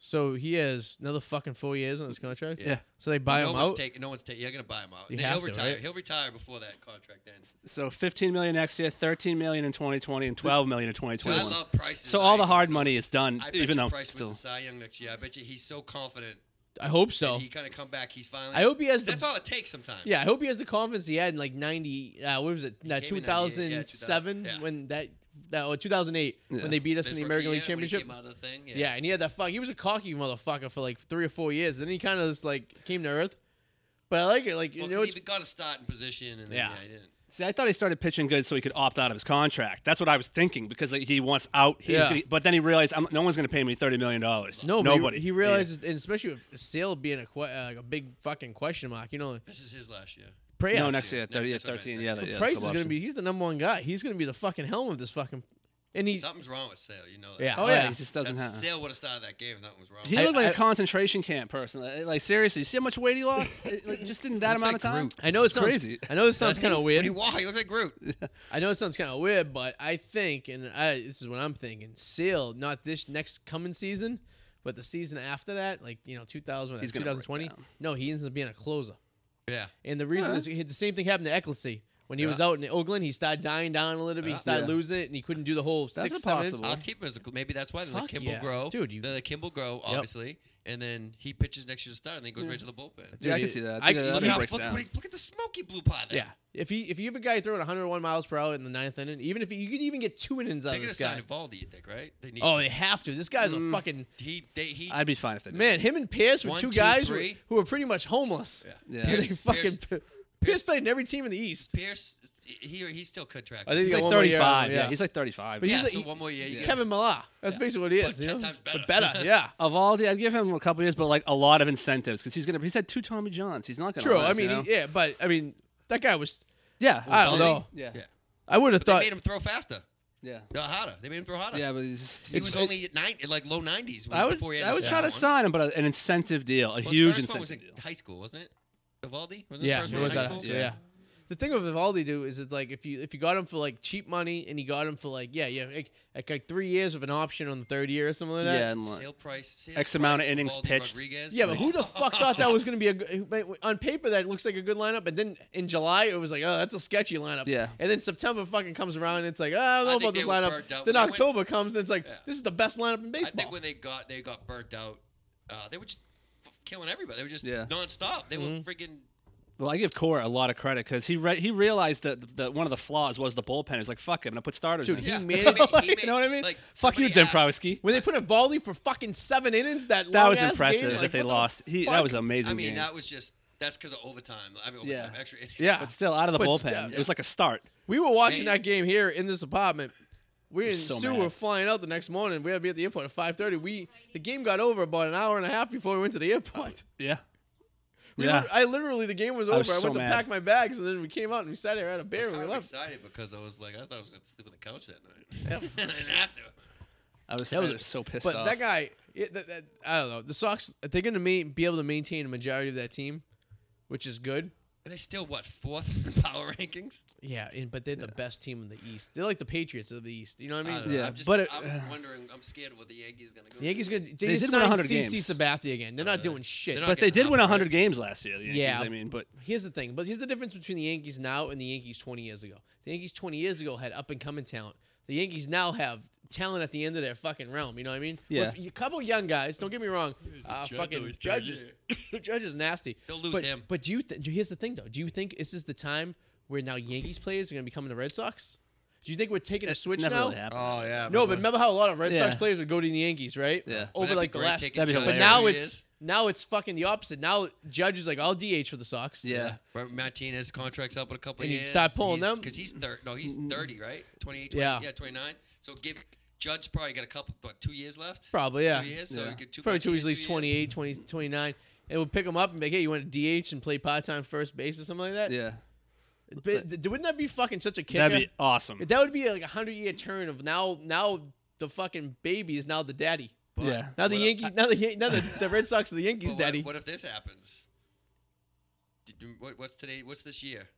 So he has another fucking four years on his contract.
Yeah.
So they buy
no
him
one's
out.
taking. No one's taking. You're gonna buy him out.
You
he'll
have to,
retire.
right?
He'll retire before that contract ends.
So 15 million next year, 13 million in 2020, and 12 million in
So I
2021.
love prices.
So all
I-
the hard money is done,
I bet
even
you
though
Price
still.
wins the Cy Young next year. I bet you he's so confident
I hope so.
he kind of come back. He's finally.
I hope he has the-
That's all it takes sometimes.
Yeah, I hope he has the confidence he had in like ninety. Uh, what was it? Uh,
came
two
in 98, yeah,
thousand seven
2000, yeah.
when that that or two thousand eight
Yeah.
when they beat us
This
in the
rookie
American League
year, when he
Championship.
came out of the thing,
yeah, and he had that fuck. He was a cocky motherfucker for like three or four years. Then he kind of just like came to earth. But I like it. Like you
Well,
know,
'cause
it's
he got to start in position, and then, yeah,
Yeah.
he didn't.
See, I thought he started pitching good so he could opt out of his contract. That's what I was thinking because like, he wants out. He's
Yeah.
gonna, but then he realized I'm, no one's going to pay me thirty million dollars.
no but he-
nobody.
He, realizes, and especially with Sale being a que- uh, like a big fucking question mark. You know,
This is his last year.
pray
Yeah. No,
out.
next year,
Next
30, yeah,
year,
13.
right.
Yeah,
But
yeah,
Price is
club
going to
option.
be. He's the number one guy. He's going to be the fucking helm of this fucking. And he.
Something's wrong with Sale. You know that.
Yeah.
Oh,
Oh,
yeah,
yeah.
he just doesn't
That's-
have.
Sale would have started that game. if Nothing was wrong.
He
with
looked like a
I-
concentration camp person. Like, like, seriously, you see how much weight he
[laughs]
lost? It, like, just in that
Looks
amount
like
of time.
Groot.
I know it sounds
crazy.
I know it sounds
Doesn't he?
kind of
When
weird.
he walked, he looks like Groot.
[laughs] I know it sounds kind of weird, but I think, and I, this is what I'm thinking: Seal, not this next coming season, but the season after that, like you know, 2000,
He's gonna break
2020.
down.
No, he ends up being a closer,
yeah.
and the reason is he had the same thing happened to Ecclesy when he was out in Oakland. He started dying down a little bit.
Yeah.
He started
Uh, Yeah.
losing it, and he couldn't do the whole six seven innings.
impossible.
I'll keep him as a, maybe that's why they're the
Fuck
Kimball
yeah.
Grow.
Dude, you-
they're the Kimball Grow, obviously, and then he pitches next year to start, and then he goes right to the bullpen.
Yeah,
Dude,
I can
it-
see that.
I-
I, that
look,
Dude,
it
how,
breaks
look,
down.
what he- look at the smoky blue pie there.
Yeah, if he if you have a guy throwing 101 miles per hour in the ninth inning, even if you could even get two innings out
They're
of
gonna
this
sign
guy,
Evaldi, you think, right? They need.
oh,
to.
they have to. This guy's
Mm.
a fucking
he they he.
I'd be fine if they did.
Man, him and Pierce were
One,
two
two,
guys who-
three.
who were pretty much homeless.
Yeah.
Yeah.
And they
Pierce-
fucking
Pierce-
Pierce, played in every team in the [laughs] East.
Pierce, he he's still contracted.
I think
he's
Yeah,
like
one more year
35.
out,
Yeah.
yeah.
he's like 35.
But
yeah,
he's like-
so
he-
one more year.
He's
you get-
Kevin Millar. That's basically what he is.
But
you
10
know?
times better. [laughs]
But better, yeah.
Evaldi, I'd give him a couple years, but like a lot of incentives because he's gonna. He's had two Tommy Johns. He's not gonna.
True.
last,
I mean,
you know?
he, yeah, but I mean, that guy was.
yeah.
I don't know.
Yeah,
Yeah.
I would
But
have
they
thought.
made him throw faster,
yeah,
no, harder. They made him throw harder.
yeah. But he's just,
he was only at nine, like low nineties.
I was,
before he had
I
the
was
second
trying to
one.
sign him, but a, an incentive deal, a
Well, his
huge
first one
incentive
was in
deal.
high school, wasn't it? Evaldi was his
Yeah,
first
it
one
was
in high
that.
school.
Yeah.
Yeah.
The thing with Vivaldi do is it's like if you if you got him for like cheap money and you got him for like yeah yeah like, like, like three years of an option on the third year or something like that.
Yeah, and like,
Sale price, sale
X amount of
price,
innings
Evaldi,
pitched.
Rodriguez.
Yeah, but who the fuck thought that was going to be a good, on paper that looks like a good lineup, and then in July it was like, oh, that's a sketchy lineup.
Yeah.
And then September fucking comes around and it's like, oh, I don't know
I
about
think
this
they were
lineup.
burnt out
Then
when they
October comes and it's like,
Yeah.
this is the best lineup
[laughs]
in
I think
baseball.
when they got they got burnt out, uh, they were just f- killing everybody. They were just
Yeah. Mm-hmm.
nonstop. They were freaking.
well, I give Cora a lot of credit because he re- he realized that the, that one of the flaws was the bullpen. He's like, fuck it, I'm gonna put starters
Dude,
in.
he [laughs]
Yeah. [laughs]
made-
made- he
you know what I mean?
made- like,
fuck you,
somebody asked-
Dombrowski.
When they put a volley for fucking seven innings, that
That was
long-ass
impressive
game,
that
like,
they
what the
lost. He, that
fuck?
was an amazing
I mean,
game.
that was just that's because of overtime. I mean, overtime,
Yeah.
extra innings.
Yeah.
but still, out of the
But
bullpen,
still-
it was like a start.
We were watching
Man.
that game here in this apartment. We and
so
Sue
mad.
were flying out the next morning. We had to be at the airport at five thirty. We the game got over about an hour and a half before we went to the airport.
Yeah,
We
Yeah.
were- I literally the game was over. I,
I was so
went to
mad.
pack my bags, and then we came out and we sat here at a
I was
beer and we
kind of
left.
excited because I was like, I thought I was going to sleep on the couch that [laughs] night. I didn't have to.
I was,
That was-
I was so pissed
But
off.
that guy, it, that, that, I don't know. The Sox, they're going to ma- be able to maintain a majority of that team, which is good.
Are they still what fourth in power [laughs] rankings?
Yeah, and, but they're the best team in the East. They're like the Patriots of the East. You know what I
I
mean?
don't know.
yeah,
I'm just,
but it-
[sighs]
I'm wondering. I'm scared of what the Yankees going to go.
The Yankees
through.
good. They,
They
just
did win
signed
100
CC
games.
Sabathia again. They're not
Uh,
doing shit.
they're not
But
but they did
Hop,
win 100
right?
games last year. The Yankees,
Yeah.
I mean, but
here's the thing. But here's the difference between the Yankees now and the Yankees 20 years ago. The Yankees 20 years ago had up and coming talent. The Yankees now have talent at the end of their fucking realm. You know what I mean?
Yeah.
With a couple young guys. Don't get me wrong. Uh,
Judge
fucking
always
judges. [laughs] Judge is nasty.
He'll lose
but,
him.
But do you? Th- do- here's the thing, though. Do you think this is the time where now Yankees players are going to become the Red Sox? Do you think we're taking
it's
a switch
never
now?
really happened.
Oh yeah.
No, but remember how a lot of Red Sox
Yeah.
players would go to the Yankees, right?
Yeah. Wouldn't
Over
that be
like the
great
last.
taking
That'd be
Judge
But
hilarious.
now
Martinez?
it's now it's fucking the opposite. Now Judge is like, I'll DH for the Sox.
yeah.
Robert Martinez contracts up in a couple
And you
years.
start pulling them? Mm-hmm.
because he's thirty. No, he's thirty, right? 28, 20,
Yeah.
yeah, twenty nine. So give Judge probably got a couple, what, two years left?
Probably, yeah.
Two years. So
Yeah.
we get two
Probably two
Martinez,
at least
years.
28, 20, 29. And we'll pick him up and be like, hey, you want to DH and play part time first base or something like that?
Yeah.
But, th- wouldn't that be fucking such a kicker?
That'd be awesome.
that would be like a 100 year turn of now, now the fucking baby is now the daddy.
But-
Yeah.
Now the
What-
Yankee, now the Yan- now the, the Red Sox, are the
but
Yankees,
[laughs] what,
daddy.
What if this happens? Did you- what- what's today? What's this year?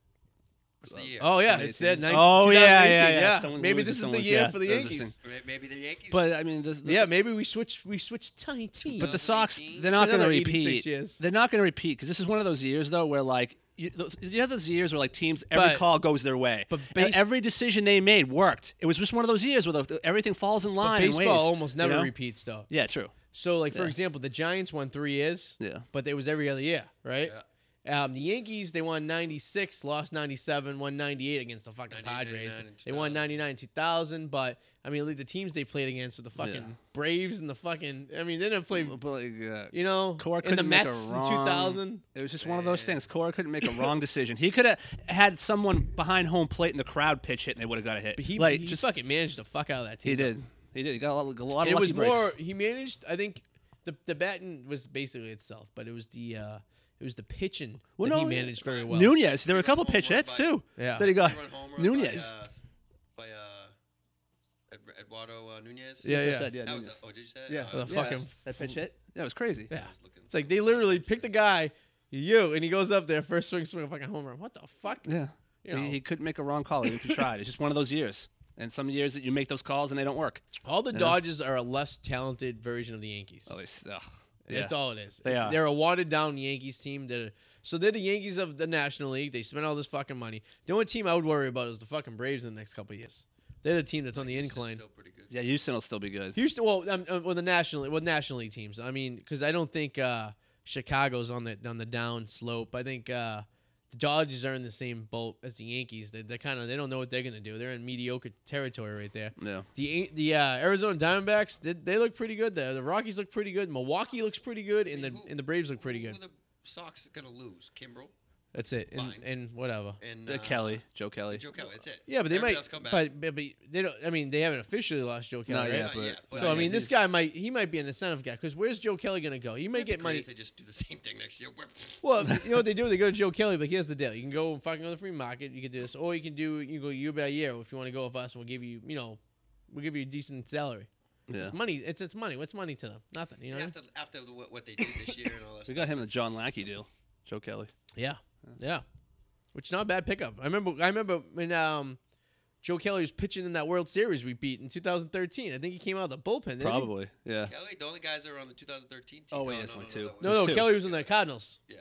What's the year?
Oh yeah, it's that. 19-
2018. Oh, yeah, yeah,
2018,
yeah. Someone's
Maybe
losing
this is the
someone's-
year
yeah,
for the
those are
Yankees.
things.
May- Maybe the Yankees.
But I mean, this, this
Yeah, maybe we switch we switch tiny team.
But the Sox, they're not going
E
to
Another 86
repeat.
years.
They're not going to repeat because this is one of those years though where like you, those, you have those years where like teams every
But-
call goes their way,
but
And
base-
every decision they made worked. It was just one of those years where the, everything falls in
but
line. in
baseball
ways,
almost
you
never
know?
repeats though.
Yeah, true.
So like for
Yeah.
example, the Giants won three years.
Yeah.
But it was every other year, right? Um, the Yankees they won ninety six, lost ninety seven, won ninety eight against the
98,
fucking Padres.
99, and
They won
2000.
ninety nine two thousand, but I mean like the teams they played against were the fucking
Yeah.
Braves and the fucking I mean they didn't play you know
Mm. Cora
uh, in the
couldn't make a
Mets in
wrong-
two thousand.
It was just one of those things. Cora
[laughs]
couldn't make a wrong decision. He could have had someone behind home plate in the crowd pitch hit, and they would have got a hit.
But he,
like
he
just
fucking managed to fuck out of that team.
he did. He did. He got a lot, a lot of
it
lucky
was
breaks.
more he managed i think the the batting was basically itself but it was the uh it was the pitching
Well,
that he
no, uh,
managed very well
Nunez. There were a couple
Home
pitch
run
hits
by-
too.
Yeah.
That he got.
They run home run
Nunez.
By, uh, by uh, Ed- Eduardo uh, Nunez.
Yeah, yeah.
Said,
That was.
Nunez.
oh, did you say that?
Yeah.
Oh,
The fucking-
That pitch hit. That was crazy.
yeah
I was looking.
it's like they literally picked a guy you and he goes up there first swing swing a fucking home run what the fuck
Yeah.
You know.
He, he couldn't make a wrong call even if he tried. It's just one of those years. And some years that you make those calls and they don't work.
all the dodgers are a less talented version of the yankees
Oh, it's, ugh. Yeah.
That's all it is.
They
It's-
are.
They're a watered down Yankees team. That are, so they're the Yankees of the National League. They spent all this fucking money. The only team I would worry about is the fucking Braves in the next couple of years. They're the team that's on the
Houston's
incline.
Still pretty good.
Yeah, Houston will still be good.
Houston, well, um, uh, well, the national, well, national league teams. I mean, because I don't think uh, Chicago's on the on the down slope. I think uh, the Dodgers are in the same boat as the Yankees. They, they're kind of they don't know what they're gonna do. They're in mediocre territory right there.
Yeah.
The A- the uh, Arizona Diamondbacks, they, they look pretty good. The, the Rockies look pretty good. Milwaukee looks pretty good, and the
Who-
and the Braves look pretty
who
good.
the Sox going to lose? Kimbrel
That's it. And,
Fine.
and whatever.
and
Uh,
uh,
Kelly, Joe Kelly.
Joe Kelly. That's it.
Yeah, but they
Everybody
might.
else come back.
But, but but they don't. I mean, they haven't officially lost Joe Kelly,
Not
right?
yet,
Not
but-
yet, but
So I
I
mean,
mean,
this
he's-
guy might he might be an incentive guy because where's Joe Kelly gonna go? He might
It'd be
get
great
money.
If they just do the same thing next year. We're-
Well, you know what they do? They go to Joe Kelly, but here's the deal: you can go fucking on the free market. You can do this, or you can do you go year by year if you want to go with us, and we'll give you you know we'll give you a decent salary.
Yeah.
It's money. It's it's money. What's money to them? Nothing. You know. what I mean?
After, after the, what what they did this year and all
[laughs]
that
We
stuff.
got him in the John Lackey deal. Joe Kelly.
Yeah. Yeah. Which is not a bad pickup. I remember I remember when um Joe Kelly was pitching in that World Series we beat in 2013. I think he came out of the bullpen. didn't he?
Probably. Yeah.
Kelly, the only guys that were on the 2013 team.
Oh, wait,
no,
it's
no,
only
no,
two.
that
No,
was-
no,
There's two.
Kelly was in the Cardinals.
Yeah.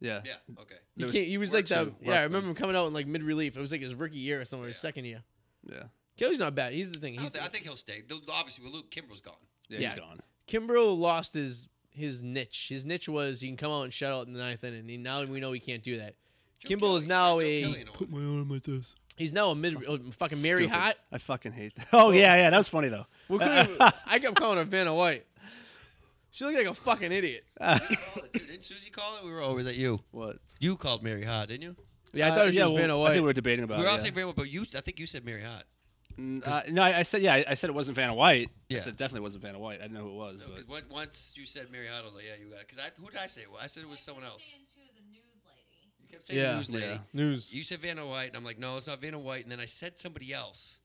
Yeah.
Yeah. Okay.
He,
There was-
came, he was
were
like the
two,
yeah. I
roughly.
remember him coming out in like mid relief. It was like his rookie year or somewhere, his
Yeah.
second year.
yeah.
Kelly's not bad. He's the thing.
I, don't
He's
thi- I think he'll stay. They'll- obviously, with Luke, Kimbrel's gone.
Yeah.
Yeah.
He's gone.
Kimbrel lost his his niche. His niche was you can come out and shut out in the ninth inning. And now we know he can't do that.
Joe
Kimbrel
Kelly-
is now
Joe
a-
Kelly in one.
my arm like this.
He's now a mid uh, fucking Mary Hot.
I fucking hate that. [laughs] Oh, yeah, yeah. That was funny,
[laughs]
though.
Well,
[laughs]
clearly, I kept calling her Vanna White. She looked like a fucking idiot.
You called it, dude. Didn't Susie call it? We were always at you.
What?
You called Mary Hot, didn't you?
Yeah, I thought she
Uh, yeah,
was
well,
Vanna
I
White.
think we were debating about
we were
it.
all
yeah.
saying Mary Hot, but you, I think you said Mary Hot.
Mm, uh, no, I, I said, yeah, I, I said it wasn't Vanna White.
Yeah.
I said it definitely wasn't Vanna White. I didn't know who it was.
No,
but.
'cause on- once you said Mary Hot, I was like, yeah, you got it. Because who did I say it was? I said it was someone else.
Saying she was
kept saying
Yeah.
news lady.
Yeah.
News.
You said Vanna White, and I'm like, no, it's not Vanna White. And then I said somebody else.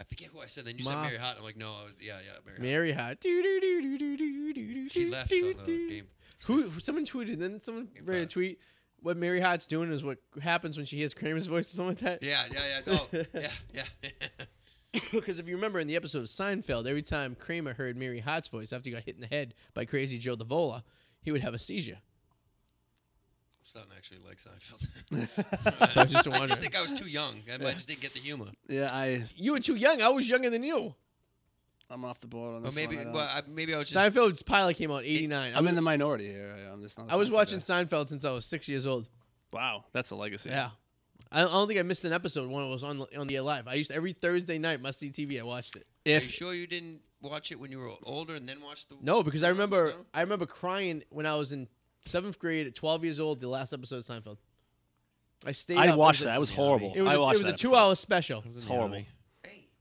I forget who I said. Then you
Ma-
said Mary Hot. and I'm like, no, I was, yeah, yeah, Mary. Hott.
Mary Hot. Doo, doo, doo, doo, doo, doo, doo, doo,
She
doo,
left
doo,
on
doo.
the game. Uh,
Who? Someone tweeted. Then someone read a
five.
tweet. What Mary Hot's doing is what happens when she hears Kramer's voice or something like that.
Yeah, yeah, yeah. Oh, yeah, yeah. [laughs]
Because if you remember in the episode of Seinfeld, every time Kramer heard Mary Hart's voice after he got hit in the head by Crazy Joe Davola, he would have a seizure.
Something actually like Seinfeld. [laughs]
[laughs]
So I just
I
wondering.
just think I was too young. I, I just didn't get the humor.
Yeah, I
you were too young. I was younger than you.
I'm off the board on
Or
this.
maybe,
one, I
well, I, maybe I was just.
Seinfeld's pilot came out in '89.
am in the minority here. I- I'm just not. a
I was
Seinfeld
watching
guy.
Seinfeld since I was six years old.
Wow, that's a legacy.
Yeah. I I don't think I missed an episode when it was on on the air live. I used to, every Thursday night must see TV. I watched it.
Are you
If
sure you didn't watch it when you were older and then watch the?
No, because I remember
No?
I remember crying when I was in seventh grade at 12 years old. The last episode of Seinfeld. I stayed.
I
up. It
watched
a-
that, it was
Yeah,
horrible.
It was,
I
a,
watched
it was
that
a two
episode.
hour special.
I was in
It's
the
horrible.
army.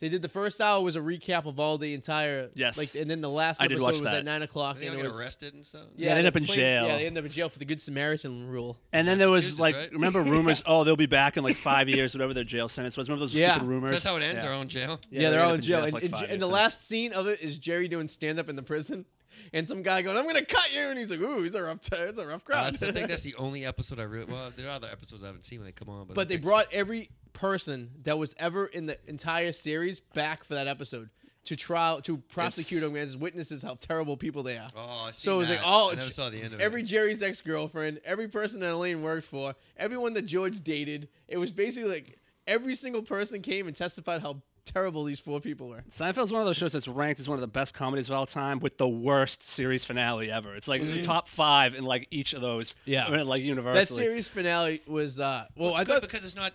They did the first hour was a recap of all the entire
Yes.
like, and then the last
I did
episode
watch
was
that.
at nine o'clock.
Did They
and
all
it
get
was-
arrested and stuff.
Yeah, they end up in
playing-
jail.
Yeah, they end up in jail for the Good Samaritan rule.
And then there was
Massachusetts,
like,
right? [laughs]
remember rumors? oh, they'll be back in like five years, whatever their jail sentence was. Remember those
Yeah.
stupid rumors?
So that's how it ends.
Yeah.
Our own jail.
Yeah,
they
they're
end
all
up
in jail.
for,
And,
like,
and-
five
and
years,
the
so
last scene of it is Jerry doing stand up in the prison, and some guy going, "I'm gonna cut you," and he's like, "Ooh, he's a rough, t- it's a rough crowd."
I still [laughs] think Uh, that's the only episode I really. Well, there are other episodes I haven't seen when they come on, but,
[laughs] but
I
they
think-
brought every person that was ever in the entire series back for that episode to trial to prosecute them as witnesses how terrible people they are.
Oh, I seen
So it was
that.
like all
I never saw the end of
every
it.
Jerry's ex girlfriend, every person that Elaine worked for, everyone that George dated. It was basically like every single person came and testified how terrible these four people were.
Seinfeld's one of those shows that's ranked as one of the best comedies of all time, with the worst series finale ever. It's like the top five in like each of those.
Yeah.
I mean, [laughs] like
That
universally.
series finale was uh well, I
It's good
thought
because it's not.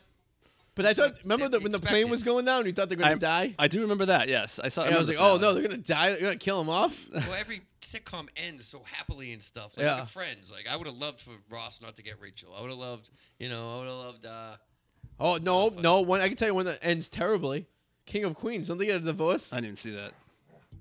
but I
it's
thought
not
remember
e-
that when the plane
expected.
was going down you thought they're gonna
I,
die?
I do remember that. Yes, I saw.
and I was like,
remember
Oh
the finale.
no, they're gonna die, they're gonna kill
[laughs]
them off.
Well, every sitcom ends so happily and stuff. Like,
Yeah.
look at Friends. Like I would have loved for Ross not to get Rachel. I would have loved. You know, I would have loved. uh
Oh no, no, one I can tell you one that ends terribly. King of Queens, don't they get a divorce?
I didn't even see that.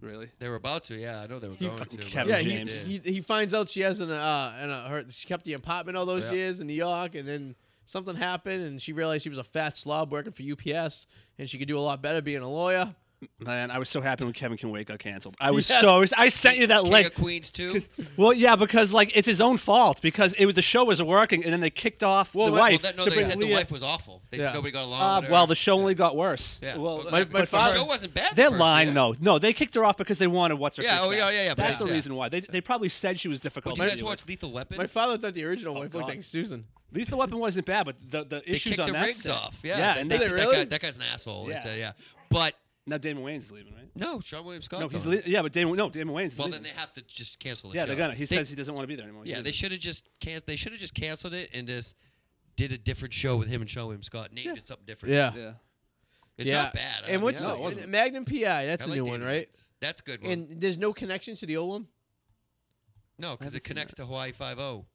Really?
They were about to. Yeah, I know they were going to.
fucking
but-
Kevin
yeah,
Kevin
he,
James.
he he finds out she has an uh and her she kept the apartment all those
Yeah.
years in New York, and then something happened, and she realized she was a fat slob working for UPS, and she could do a lot better being a lawyer.
Man, I was so happy when Kevin Can Wake got canceled. I was
Yes.
so. I sent you that
King
link.
of Queens too.
Well, yeah, because like it's his own fault because it was the show was working and then they kicked off
Well,
the
well,
Well,
wife.
that, no,
to
they
bring
said the
Leah-
wife was awful. They
Yeah.
said nobody got along.
Uh,
with her.
well, the show only got worse.
Yeah.
Well,
Well,
my-
that-
my
but
father-
the show wasn't bad. at
they're
first,
lying
yeah.
though. No, they kicked her off because they wanted what's her.
Yeah,
face
oh, yeah,
back.
yeah, yeah,
That's
but
the
yeah.
reason why they they probably said she was difficult.
Did you
to
guys
deal
watch
with.
Lethal Weapon?
My father thought the original
Oh,
wife looked
God.
like Susan.
Lethal Weapon wasn't bad, but the the
they
issues
kicked
on
the
that
rigs
set-
off. Yeah,
yeah.
and
And
they
they-
said
really?
that guy that guy's an asshole.
Yeah.
They said yeah, but
now Damon Wayne's leaving, right?
no, Sean William Scott.
No, he's le- yeah, but Damon no Damon Wayne's
Well,
leaving.
then they have to just cancel the
yeah,
show.
they're gonna. He
They-
says he doesn't want to be there anymore.
Yeah,
He's
they should have just can- They should have just canceled it and just did a different show with him and Sean William Scott. Named it something different.
Yeah,
leaving. Yeah.
it's
yeah.
not bad. I
And
mean,
what's
yeah,
No,
it
it
wasn't-
wasn't.
Magnum PI? That's
I
a
like
new one,
Damon
right?
Wayans. That's a good one.
And there's no connection to the old one,
no, because
haven't
it
seen
connects to Hawaii Five O.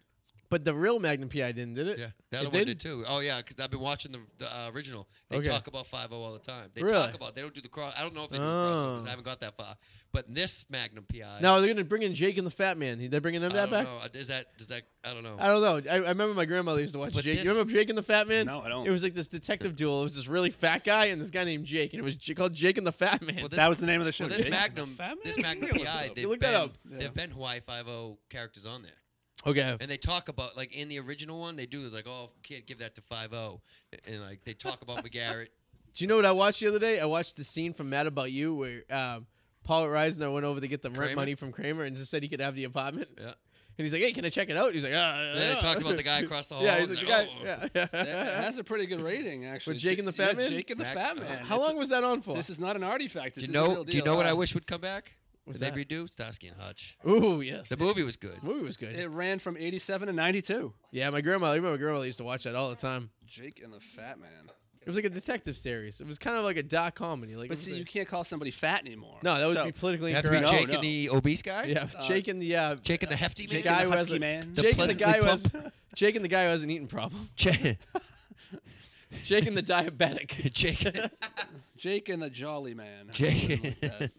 but the real Magnum PI didn't, did it?
Yeah, that
It
one
did?
did too. Oh yeah, because I've been watching the, the uh, original. They
Okay.
talk about Five O all the time. They
Really?
talk about they don't do the cross. I don't know if they do the crossovers.
Oh.
I haven't got that far. But in this Magnum PI.
Now they're gonna bring in Jake and the Fat Man. They're bringing them
I
that
don't
back.
know. Uh, Is that does that? I don't know.
I don't know. I, I remember my grandmother used to watch
But
Jake.
this-
you remember Jake and the Fat Man?
No, I don't.
It was like this detective duel. It was this really fat guy and this guy named Jake, and it was j- called Jake and the Fat Man.
Well, this-
That was the name of the show.
Well, this
Jake.
Magnum,
Fat Man?
this Magnum
Look
PI,
[laughs]
that up.
they've
Look
been,
that up.
they've been Hawaii Five O characters on there,
okay.
and they talk about like in the original one, they do is like, oh, can't give that to Five O, and like they talk about
[laughs]
McGarrett.
Do you know what I watched the other day? I watched the scene from Mad About You where um, Paul Reisner went over to get the rent
Kramer?
money from Kramer and just said he could have the apartment.
Yeah.
And he's like, "Hey, can I check it out?" He's like, "Ah."
And then
yeah."
they talked about the guy across the hall.
[laughs] yeah, he's like,
and
the
they're,
guy.
"Oh."
Yeah.
That- that's a pretty good rating, actually.
With Jake and the Fat
yeah,
Man?
Jake and the
Mac-
Fat Man.
[laughs] How
It's-
long was that on for?
This is not an artifact.
Do
This
you
is the
know?
real
Do you
deal.
know what I
Uh,
wish would come back?
What's
Did they
that?
redo Starsky and Hutch?
Ooh, yes.
The movie was good.
The movie was good.
It ran from 87 to 92.
yeah, my grandmother. I remember my grandmother used to watch that all the time.
Jake and the Fat Man.
It was like a detective series. It was kind of like a dot comedy. Like, it
But
was
see,
like-
you can't call somebody fat anymore.
No, that would
So,
be politically
Have to be
incorrect.
Jake
No,
and the obese guy.
Oh, Yeah, Jake and the uh,
Jake and the hefty
Jake
man.
guy
and
who
the
has
Husky
a-
Man.
Jake and the guy who has
pleasantly
[laughs] Jake and the guy who has an eating problem.
Jake.
Jake and the
[laughs]
diabetic.
Jake.
Jake and the Jolly Man.
Jake-
Something like that.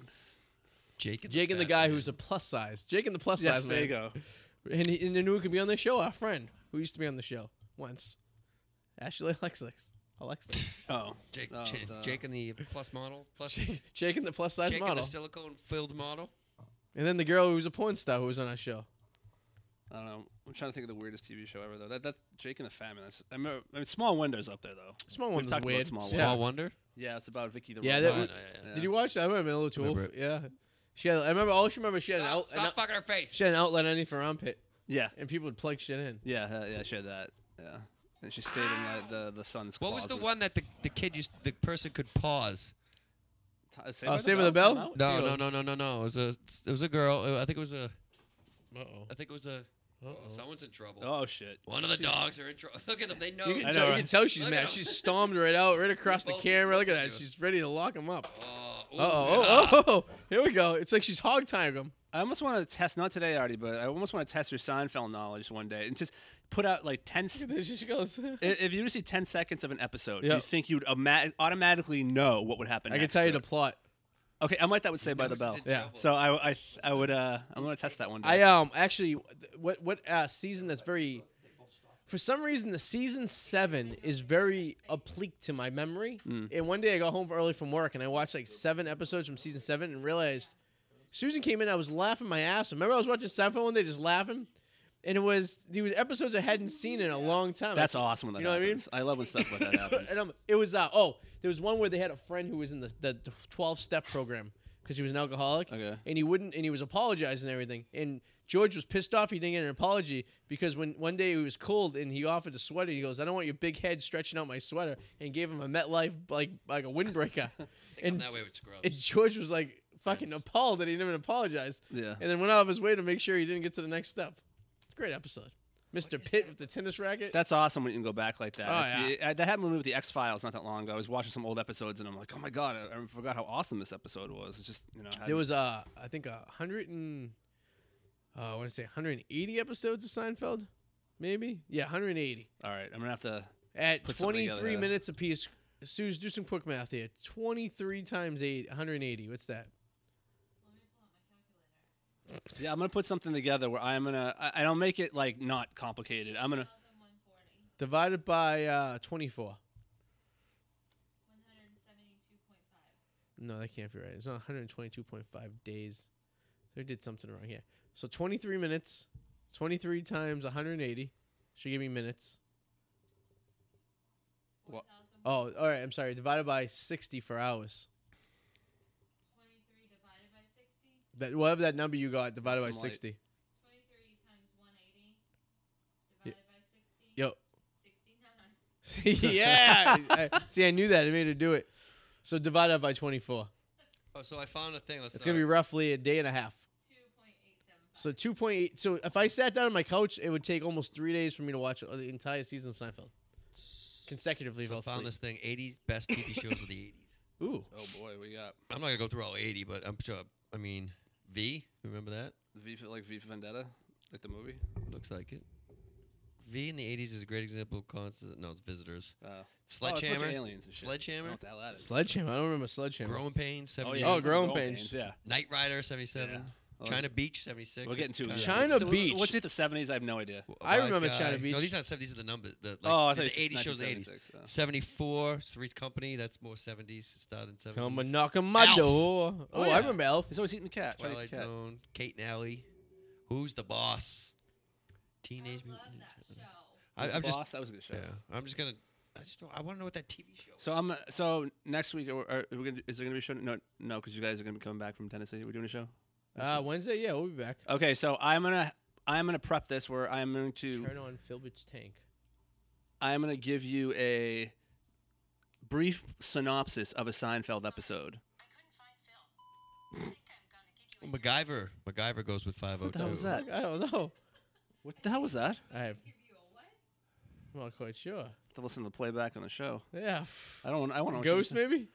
Jake. And
[laughs] Jake and the
fat
guy
man.
who's a plus size. Jake and the plus
yes,
size.
there you
man.
go.
And, he, and then who could be on the show? Our friend who used to be on the show once. Ashley Alexis. [laughs] Alexis.
Oh,
Jake,
Oh,
Ch-
the-
Jake in the plus model, plus
[laughs] Shaking the plus size
Jake in the
model.
silicone filled model.
and then the girl who was a porn star who was on our show.
I don't know. I'm trying to think of the weirdest TV show ever though. That that Jake and the Famine. That's, I, remember, I mean, Small Windows up there though.
Small
We've
one's
talked about
weird.
Small
yeah.
Small wonder.
Yeah, it's about Vicky the
No,
Yeah, Oh, that
Robot.
no,
would-
no, no.
Yeah.
Did you watch that? I remember Mila
Remember
Tool. Yeah. She had, I remember all she remember she had an, out,
Stop,
an,
stop
out,
fucking her face.
she had an outlet underneath her armpit
Yeah,
and people would plug shit in.
yeah, uh, yeah. She had that. Yeah, and she stayed in the the, the sun's.
What was the
closet.
one that the, the kid used? The person could pause.
T- Uh, Saved
Oh,
by
Saved by the Bell?
Time Out?
No,
Ew.
no, no, no, no, no. It was a it was a girl. Uh, I think it was a
Uh oh.
I think it was a.
Uh-oh.
Someone's in trouble.
Oh shit.
One of the dogs are in trouble. [laughs] Look at them. They know.
You can,
I know,
tell, you
right?
can tell she's
Look at
mad.
him.
She stormed right out, right across the
Both-
camera. Look at
both
that.
do it.
She's ready to lock him up.
Oh, ooh,
Uh oh. Oh, oh. [laughs] Here we go. It's like she's hog tying him.
I almost want to test not today, Artie, but I almost want to test your Seinfeld knowledge one day and just put out like ten. s-
There she goes.
i- if you were to see ten seconds of an episode, do
Yeah.
you think you'd ama- automatically know what would happen?
I can
next
tell you
to
the plot.
it? Okay, I'm like that would say
He
by
knows
the
he's
[laughs] bell.
in
Yeah.
trouble.
So I, I, I would. Uh, I'm gonna test that one day.
I um actually what what uh, season that's very for some reason the season seven is very oblique to my memory. And one day I got home early from work and I watched like seven episodes from season seven and realized Susan came in. I was laughing my ass. off. Remember I was watching Seinfeld one day just laughing, and it was there was episodes I hadn't seen in a long time.
That's awesome when that
You know what I mean?
happens. I love when stuff like that
[laughs]
happens.
and um, it was uh, oh, there was one where they had a friend who was in the the twelve step program because he was an alcoholic.
Okay.
And he wouldn't, and he was apologizing and everything. And George was pissed off he didn't get an apology because when one day he was cold and he offered a sweater, he goes, "I don't want your big head stretching out my sweater," and gave him a MetLife like like a
[laughs]
windbreaker.
And
and
that way with scrubs.
and George was like fucking appalled that he didn't even apologize.
Yeah.
And then went out of his way to make sure he didn't get to the next step. Great episode. Mr. Pitt with the tennis racket.
That's awesome when you can go back like that.
Oh,
I see- I- that happened with me with the X Files not that long ago. I was watching some old episodes and I'm like, oh my god, I, I forgot how awesome this episode was. It's just you know,
There was uh, I think a hundred and uh, I want to say 180 episodes of Seinfeld, maybe. Yeah, 180
all right. I'm gonna have to.
at
Put something
23
together.
minutes apiece. Suze, do some quick math here. 23 times eight, 180. What's that?
Yeah, I'm gonna put something together where I'm gonna. I, I don't make it like not complicated. I'm gonna.
1,140.
Divided by uh 24.
172.5.
No, that can't be right. It's not 122.5 days. They did something wrong here. So 23 minutes, 23 times 180. Should give me minutes.
What?
1,000
Oh, all right. I'm sorry. Divided by 60 for hours.
23 divided by 60.
That whatever that number you got divided by
Some light.
[laughs] 60.
23 times 180
Ye-
divided by 60. 69.
Yo, yeah. I- see, I knew that. I made her do it. So divide that by
oh,
24.
so I found a thing. Let's uh,
It's going to be roughly a day and a half.
2.875.
So 2.8. So if I sat down on my couch, it would take almost three days for me to watch the entire season of Seinfeld consecutively.
I
So
found this thing. 80 best TV shows of the 80s.
Ooh.
Oh boy, we got
I'm not gonna go through all 80, but I'm sure. I mean, V. Remember that?
V for like V for Vendetta, like the movie.
Looks like it. V in the 80s is a great example of constant. No, it's visitors.
Uh, Oh, it's a bunch
Sledgehammer.
of aliens and shit.
Sledgehammer?
I don't know what the hell that is.
Sledgehammer. I don't remember Sledgehammer.
Growing Pains. 78.
yeah. Oh, Growing
Growing
Pains.
Yeah.
Knight Rider. 77.
Yeah. Well,
China Beach. 76.
We're getting to
Kinda-
China
So,
Beach.
What's it? The 70s? I have no idea.
W-
I
Wise
remember
Guy.
China Beach.
No, these aren't 70s. These are the numbers. The, like,
oh, I
these are
thought it was
80 shows. The 80s.
1976. Oh.
74. Three's Company. That's more 70s. It started in 70s.
Come and knock on my
Alf.
door. Oh,
Oh,
I
yeah.
remember Elf.
He's always eating the cat. trying to
Twilight
eat the cat.
Zone, Kate and Ally, Who's the
I
Boss, Teenage
love
Mutant.
that
Ninja-
show.
I, I'm just
Boss, that was a good show.
yeah. I'm just gonna. I just don't, I want to know what that TV show.
So I'm so next week are, are we gonna, is there gonna be a show? No, no, because you guys are gonna be coming back from Tennessee. We're doing a show.
Uh, Wednesday, yeah, we'll be back.
Okay, so I'm gonna I'm gonna prep this where I'm going to
Turn on Philbit's tank.
I'm gonna give you a brief synopsis of a Seinfeld episode.
MacGyver. MacGyver goes with 502. What
the hell was that?
I don't know.
What the hell was that?
I have,
Give you a what?
I'm not quite sure.
To listen to the playback on the show.
Yeah.
I don't. I want to
Ghost, maybe?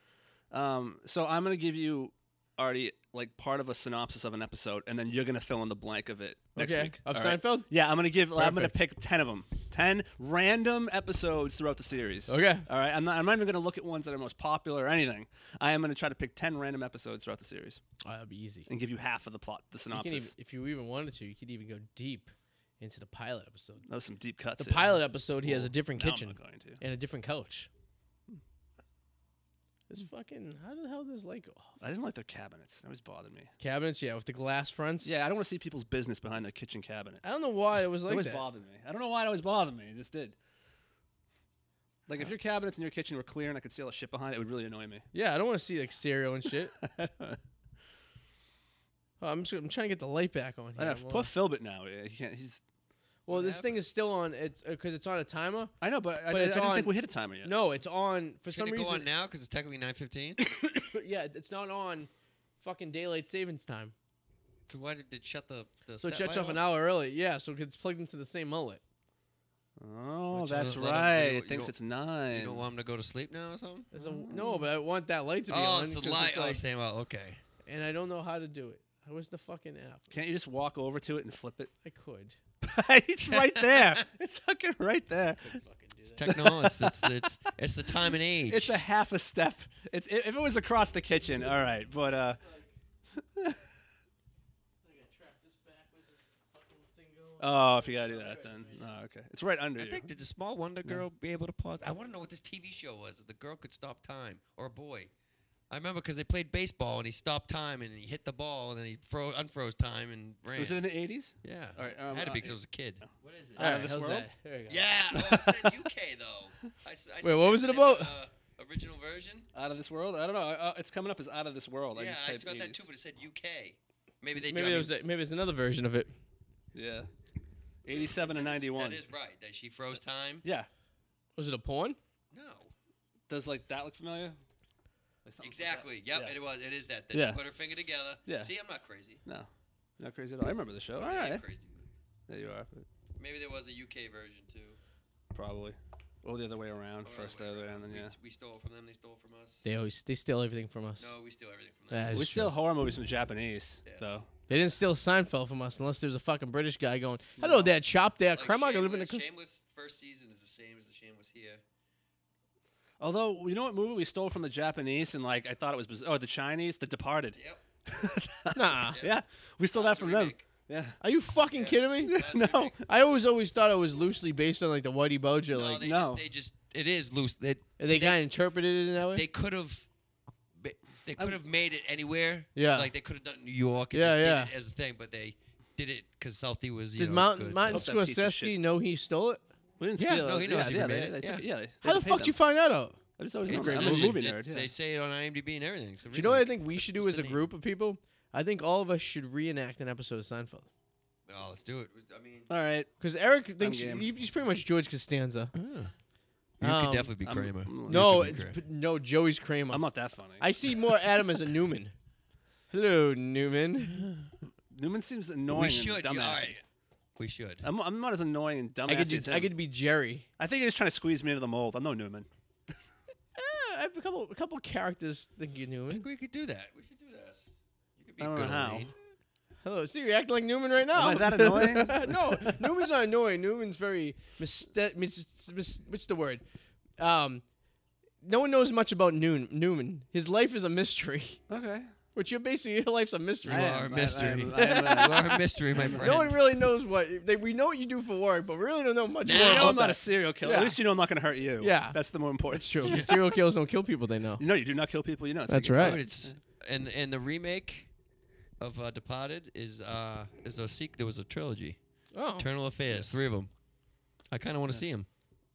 Um, so I'm gonna give you already like part of a synopsis of an episode, and then you're gonna fill in the blank of it next
Okay.
week.
Of
All right?
Seinfeld?
Yeah, I'm gonna give. I'm gonna pick
Perfect.
ten of them. Ten random episodes throughout the series.
Okay.
All right. I'm not. I'm not even gonna look at ones that are most popular or anything. I am gonna try to pick ten random episodes throughout the series
Oh, that'd be easy.
and give you half of the plot, the
You can
synopsis.
even, if you even wanted to, you could even go deep into the pilot episode.
That was some deep cuts.
The
in.
pilot episode, he has
Well,
a different
now I'm
kitchen
not Hmm. going to.
and a different couch. This fucking how the hell does like oh,
I didn't like their cabinets. That always bothered me.
cabinets? Yeah, with the glass fronts.
Yeah, I don't want to see people's business behind their kitchen cabinets.
I don't know why it was
It
like
always
that.
bothered me. I don't know why it always bothered me. It just did. Like if your cabinets in your kitchen were clear and I could see all the shit behind it, it would really annoy me. [laughs]
Yeah, I don't want to see like cereal and shit. Oh, I'm just, I'm trying to get the light back on here.
Enough.
I'm
Poor
lost.
Philbert now. eh, He can't, he's.
Well, this thing is still on. It's because it's on a timer.
I know, but, I,
But
I,
it's
I didn't
on-
think we hit a timer yet.
No, it's on for
Should
some
it go on
reason.
now because it's technically 9:15?
yeah, it's not on. Fucking daylight savings time.
so why did it shut the? the
So
set
it shuts
light
off an hour early. Yeah, so it's plugged into the same outlet.
Oh,
Which
that's
is let 'em-
right.
you
It
don't-
thinks
you
it's nine.
You don't want him to go to sleep now or something?
There's a- no, but I want that light to be
Oh,
on.
it's the
'cause it's
light. oh,
like-
same. Oh, okay.
and I don't know how to do it. Where's the fucking app?
can't you just walk over to it and flip it?
I could.
[laughs] it's right there. It's fucking right there.
Fucking do
It's
that.
technology. it's, it's, it's it's the time and age.
It's a half a step. It's if it was across the kitchen, all right. But uh, oh, if you gotta do that, then oh, okay. It's right under
I
you.
think did the small wonder girl be able to pause? I want to know what this TV show was. If the girl could stop time or a boy. I remember because they played baseball and he stopped time and he hit the ball and then he fro- unfroze time and ran.
was it in the eighties?
yeah,
All right, um,
had to
uh,
be because I was a kid. What is it?
Out of
Alright,
this
how's
world?
that? There we go.
Yeah, oh, it said UK though. I s- I
Wait, what was it
typed in
about?
the original version.
Out of this world? I don't know. Uh, it's coming up as out of this world.
yeah, I
typed
just got that
80s.
too, but it said UK. Maybe they do.
Maybe
I mean,
there's a- maybe it's another version of it.
Yeah, eighty-seven and ninety-one.
that is right. That she froze time.
Yeah.
Was it a porn?
No.
Does like that look familiar? Like something like that?
Exactly. Yep.
Yeah.
It was. It is that. That
Yeah.
she put her finger together.
Yeah.
See, I'm not crazy.
No, not crazy at all. I remember the show. All
I ain't
right,
Crazy.
there you are.
Maybe there was a UK version too.
Probably. Or the other way around.
Or
First the
other
other
way
way
around.
around, then
we,
yeah.
we stole it from them. They stole it from us.
They always they steal everything from us.
No, we steal everything from
That
them.
is
We
true.
still horror movies from the Japanese,
Yes.
though.
They didn't steal Seinfeld from us unless there's a fucking British guy going, "Hello there, chop there,
Like,
crema live in the
Shameless- Shameless first season is the same as the Shameless here.
Although, you know what movie we stole from the Japanese and like I thought it was biz- oh the Chinese, The Departed.
Yep.
[laughs]
Nah,
Yeah, we stole that
That's a
from them.
remake.
Yeah.
are you fucking kidding me?
That's a
[laughs] No.
remake.
[laughs] I always always thought it was loosely based on like the Whitey Bulger,
No,
like
they
no.
Just, they just. It is loose. They,
they,
see,
kind of interpreted it in that way.
they could have. They could have made it anywhere.
Um, Yeah.
Like they could have done it in New York. And
Yeah,
just
yeah.
Did it as a thing, but they did it because Southie was. You
Did
know,
Martin,
good.
Martin
Hope that piece of
Scorsese
shit-
know he stole it?
We didn't
Yeah,
steal
no,
it.
he knows he
yeah,
remade
they-
it,
they took
yeah.
it, yeah, they-
How
they
the
paid
fuck did you
them.
find that out?
I just always
It's
remember.
in
I'm a
it.
movie
It-
nerd. Yeah.
They say it on IMDb and everything. So
Do you know what I
really-
think we should do
What's
as
the
a
name?
group of people? I think all of us should reenact an episode of Seinfeld.
Oh, let's do it. I mean,
All right.
Because Eric thinks
game.
he- he's pretty much George Costanza.
you
Um,
could definitely be
I'm-
Kramer.
I'm-
You
No,
could be
it's,
Kramer.
p- no, Joey's Kramer.
I'm not that funny.
I see more Adam as a Newman. Hello, Newman. [laughs]
Newman seems annoying.
we
and
should.
dumbassy.
yeah, all right. We should.
I'm, I'm not as annoying and dumbass.
I could
as
do,
him.
I could be Jerry.
I think you're just trying to squeeze me into the mold. I'm no Newman.
Eh, I have a couple a couple characters think you're
I
Newman.
think we could do that. We should do that. You could be
I don't know
good
how.
Elaine.
Hello, see you act like Newman right now.
Am I
[laughs]
that annoying?
no, Newman's not annoying. Newman's very myste- mis- mis- what's the word? Um, no one knows much about Noon- Newman. His life is a mystery. [laughs]
Okay.
Which you're basically your life's a mystery.
You
I
are
am-
a
I-
[laughs] mystery.
I
You
am- I am-
are a mystery,
[laughs]
my friend.
No one really knows what they, we know what you do for work, but we really don't know much
Nah,
more
I
You
don't
know
about
I'm not
that.
a serial killer.
Yeah.
At least you know I'm not going to hurt you.
Yeah.
That's the more important.
It's true. Serial killers don't kill people;
[laughs]
they know.
No, you do not kill people. You know. It's
That's
like-
right.
Dude, it's- and and the remake of uh, Departed is uh is a sequ- There was a trilogy,
Oh,
Eternal Affairs, three of them. I kind of want to see them.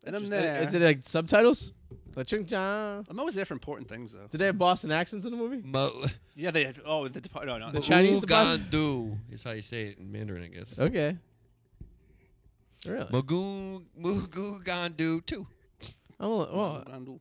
And I'm there.
is it like subtitles? Like ching chong.
I'm always there for important things, though.
Did they have Boston accents in the movie?
Mo-
Yeah, they. Oh, the depart. No, no.
The Chinese Departed-
Mugandu is how you say it in Mandarin, I guess.
Okay. Really?
Mugu Mugugandu two.
I'm a, well,
I'm,
I'm a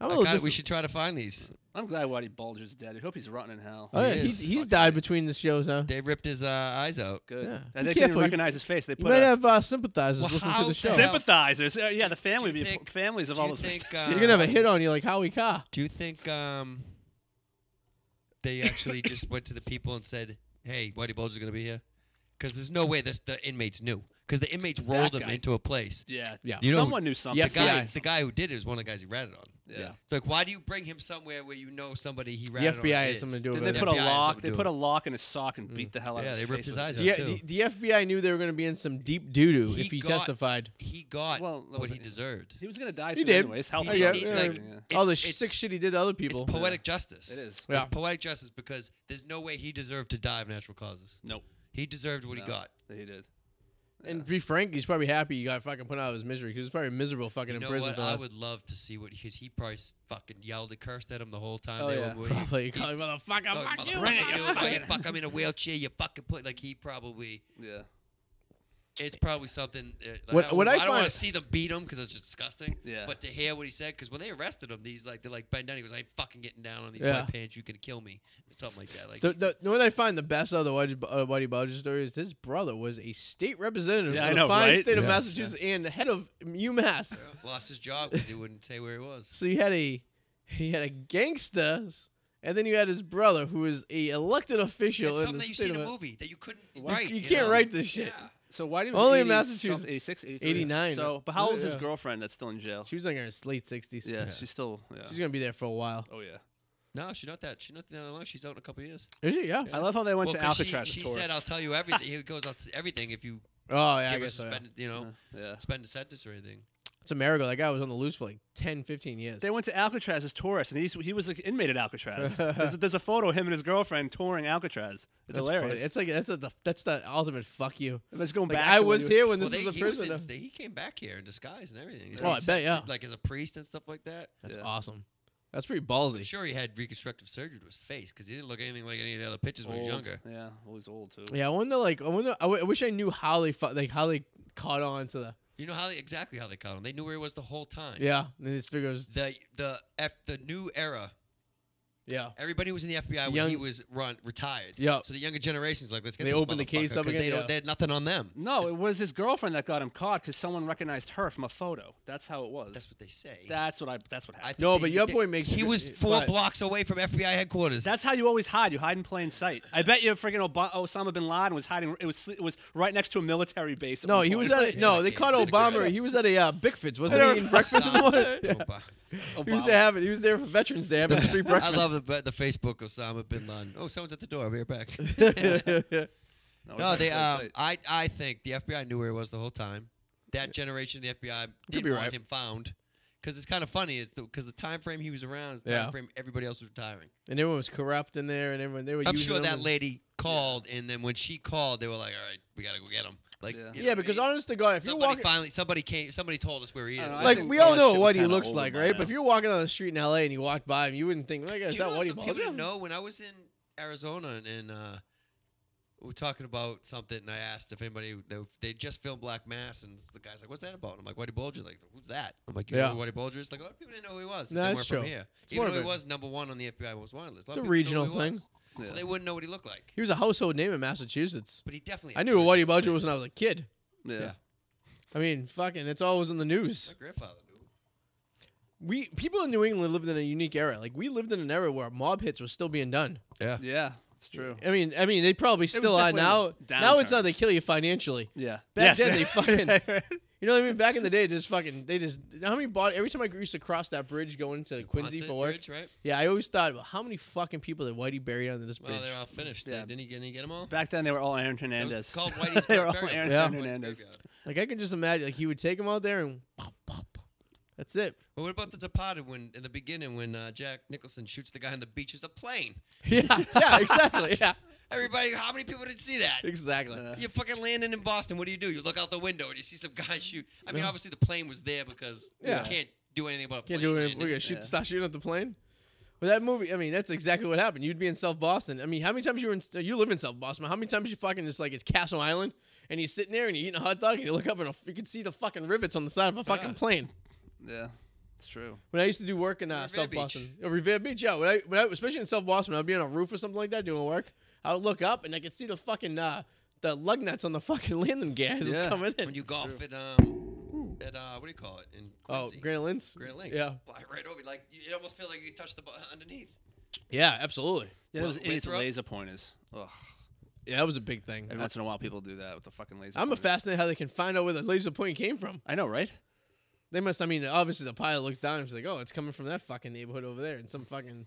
I
little.
got it.
Dis-
we should try to find these.
I'm glad Whitey Bulger's dead. I hope he's rotten in hell.
oh yeah,
He
he's,
is.
he's died between the shows, huh?
They ripped his uh, eyes out.
Good.
Yeah. Be
And they can't
careful,
even
you-
recognize his face. They
You
put
might
a-
have uh, sympathizers
Well,
listen to
how
the show.
sympath-
sympathizers. Uh, yeah, the family.
Do you
would be
think-
families of
do
all
you
those.
think,
things.
uh,
You're gonna have a hit on you like Howie Ka.
Do you think um, [laughs] they actually just went to the people and said, "Hey, Whitey Bulger's gonna be here"? Because there's no way this the inmates knew. because the inmates rolled him
guy.
into a place.
Yeah.
Yeah.
You know-
Someone knew something.
The guy,
FBI.
the guy who did it is one of the guys he ratted on.
Yeah.
Yeah.
It's like, why do you bring him somewhere where you know somebody he
The
ratted on?
FBI had
is?
something to do with
Did
it.
they
Yeah,
put a
FBI has
lock?
something
They
to do
put a
with
lock in his sock and beat the hell out
Yeah,
of his
they ripped his
face with it.
eyes out.
Yeah,
too.
the, the FBI knew they were going to be in some deep doo doo if
He
he
got-
testified.
He got
Well, that
what
was-
he deserved.
He was gonna die
He
soon
did.
anyways. Health
He
and
did,
everything,
yeah.
everything, yeah.
All the
It's-
sick
it's-
shit he did to other people.
It's poetic justice.
It is.
Yeah.
It's poetic justice because there's no way he deserved to die of natural causes.
Nope.
He deserved what
No.
he got.
He did.
And to be frank, he's probably happy he got fucking put out of his misery because he's probably miserable fucking
You
in
know
prison
what?
for
I
us.
would love to see what his he probably s- fucking yelled and cursed at him the whole time.
Oh,
they
yeah.
were, [laughs]
[laughs]
[laughs]
Probably call him motherfucker,
Oh,
fuck you,
motherfucker, you
motherfucker."
fucking fuck, I'm in a wheelchair. You fucking put like he probably.
Yeah.
It's probably something. Uh, like,
Eh, What-
I don't,
what I
want
find-
to see them beat him because it's just disgusting.
Yeah.
But to hear what he said, because when they arrested him, he's like, they're like, bend down. He was like, I'm fucking getting down on these
Yeah.
white pants. You can kill me. Something like that. Like,
The,
he's-
the, the one I find the best out of the Whitey, uh, Whitey Bulger story is his brother was a state representative
Yeah,
for
I
the
know,
fine
right?
state of
Yes.
Massachusetts and head of UMass.
lost his job because he wouldn't say where he was.
[laughs] So you had a he had a gangster, and then you had his brother who is a elected official
It's
in
something
the
that you
state
see in
of
a
Ma-
movie that you couldn't write.
You, can't
know?
write this shit.
Yeah.
So why do was
Only in
80
Massachusetts.
something- 86, 83.
89.
So, but how old is his
Yeah.
girlfriend that's still in jail?
She was like in her late sixties.
yeah, she's still. Yeah.
she's gonna be there for a while.
oh yeah.
No, she's not that. She's not that long. She's out in a couple years.
Is she? Yeah.
I love how they went
Well,
to
'cause
Alcatraz.
She,
to
she said,
tourist.
"I'll tell you everything." He goes, "I'll t- everything if you
Oh yeah, I
give us
guess
a
so. yeah.
spend, you know,
yeah.
spend a sentence or anything."
It's a miracle. That guy was on the loose for like 10, 15 years.
They went to Alcatraz as tourists, and he's, he was an inmate at Alcatraz. there's, there's a photo of him and his girlfriend touring Alcatraz. It's
that's
hilarious.
Funny. It's like that's a, that's the ultimate fuck you.
Let's go
Like,
back.
I
to when
was
you-
here when this
well, they,
was a
he, was
prison.
in, they- he came back here in disguise and everything. He's
Oh,
like
I
sent
bet,
to-
yeah.
Like as a priest and stuff like that.
that's
Yeah.
awesome. That's pretty ballsy.
I'm sure he had reconstructive surgery to his face because he didn't look anything like any of the other pictures when he was
Old.
younger.
Yeah, always old too.
Yeah, I wonder. Like, I wonder. I, w- I wish I knew how they fu- like how they caught on to the.
You know how they, exactly how they caught him. They knew where he was the whole time.
Yeah, and this figure was.
The the F, the new era.
Yeah,
Everybody was in the FBI when
Young-
he was run retired.
Yup.
So the younger generation's like, let's get
They
this
opened the case
motherfucker,"
up
'cause
again,
They, don't,
yeah.
they had nothing on them.
No, it was his girlfriend that got him caught because someone recognized her from a photo. That's how it was.
That's what they say.
That's what I. That's what
I
happened.
think
No,
they-
but your
they-
boy makes a
He
good-
was four
but-
blocks away from FBI headquarters.
That's how you always hide. You hide in plain sight. I bet you freaking Oba- Osama bin Laden was hiding. It was it was right next to a military base. at
no,
one
he
point.
was
[laughs]
at. A, no, they
Yeah,
caught
yeah,
Obama.
yeah.
He was at a uh, Bickford's, wasn't he? Eating breakfast in the morning.
[laughs]
[laughs] Yeah.
Obama.
He was
Obama.
there having. He was there for Veterans Day having free
[laughs] I
breakfast.
love the the Facebook Osama bin Laden. Oh, someone's at the door. I'll be right back.
[laughs] the.
No,
[laughs] no,
it's
they.
in plain
Um,
sight.
I I think the FBI knew where he was the whole time. That generation of the FBI didn't
be
want
right.
him found. Because it's kind of funny. It's because the, time frame he was around is the
Yeah.
time frame everybody else was retiring.
and everyone was corrupt in there, and everyone they were.
I'm
using
sure
them
that
and-
lady called, and then when she called, they were like, "All right, we gotta go get him." Like,
Yeah.
you know
Yeah,
what I
because
mean?
honest to God, if you're
somebody
walking,
finally somebody came, somebody told us where he is.
I don't know,
So
I
we
like
think
we
all
all
that
know
shit was
what he
kinda
looks
older
like,
by
right?
now.
But if you're walking down the street in L.A. and you walked by him, you wouldn't think, "Like, is
Do you
that
know some
Whitey
people
Bulger?"
didn't know when I was in Arizona and, and uh, we were talking about something, and I asked if anybody they, they just filmed Black Mass, and the guy's like, "What's that about?" And I'm like, "Whitey Bulger." Like, who's that? I'm like, "You
Yeah.
know who Whitey Bulger is?" Like, a lot of people didn't know who he was.
No,
they
that's
weren't
true.
From here.
It's
Even
more
though he
of a-
was number one on the FBI most wanted list.
It's a regional thing.
so
Yeah.
they wouldn't know what he looked like.
He was a household name in Massachusetts.
But he definitely.
I knew who
what
Whitey Bulger was when I was a kid.
yeah.
yeah.
I mean, fucking, it's always in the
My
news.
grandfather knew.
We people in New England lived in a unique era. Like we lived in an era where mob hits were still being done.
Yeah.
Yeah, it's true.
I mean, I mean, they probably still are now.
definitely a
Now it's
downturn.
not they kill you financially.
Yeah.
Back then, they fucking- You know what I mean? Back in the day, just fucking, they just how many bought every time I used to cross that bridge going to Quincy
Ponset
for work.
Bridge, right?
Yeah, I always thought about how many fucking people that Whitey buried under this bridge.
Well, they're all finished.
Yeah.
Didn't he, didn't he get them all?
[laughs] Back then, they were all
It
Aaron
was
Hernandez. [laughs]
Called Whitey's
they were all
Graveyard.
Aaron
Yeah.
Hernandez.
Graveyard.
like I can just imagine, like he would take them out there and pop, pop. That's it.
[laughs] Well, what about the Departed when in the beginning when uh, Jack Nicholson shoots the guy on the beach? It's a plane.
Yeah, yeah, exactly. Yeah,
Everybody, how many people didn't see that?
exactly.
Yeah.
You fucking landing in Boston. What do you do? You look out the window and you see some guy shoot. I mean,
Yeah.
obviously the plane was there because
Yeah.
you can't do anything about a plane.
Can't do it.
landing.
We're gonna shoot,
Yeah.
stop shooting at the plane. But that movie, I mean, that's exactly what happened. You'd be in South Boston. I mean, how many times you were in? You live in South Boston. How many times you fucking just like it's Castle Island, and you're sitting there and you're eating a hot dog, and you look up and a, you can see the fucking rivets on the side of a fucking
Yeah.
plane.
Yeah, it's true.
When I used to do work in uh,
Revere
South
Beach.
Boston, oh, Revere Beach, yeah. When I, when I, especially in South Boston, when I'd be on a roof or something like that doing work. I would look up and I could see the fucking uh, the lug nuts on the [laughs] fucking landing gear as it's
Yeah.
coming in.
When you golf at um at uh what do you call it in
oh,
Quincy?
Grand Links.
Grand Links.
Yeah,
Fly right over. Like you- it almost feels like you touch the bu- underneath.
yeah, absolutely.
Yeah,
Well,
those idiots
Winthrop-
laser pointers. Ugh.
Yeah, that was a big thing.
Every once in a while, people do that with the fucking laser.
I'm
pointer.
fascinated how they can find out where the laser point came from.
I know, right?
They must. I mean, obviously the pilot looks down and he's like, "Oh, it's coming from that fucking neighborhood over there," and some fucking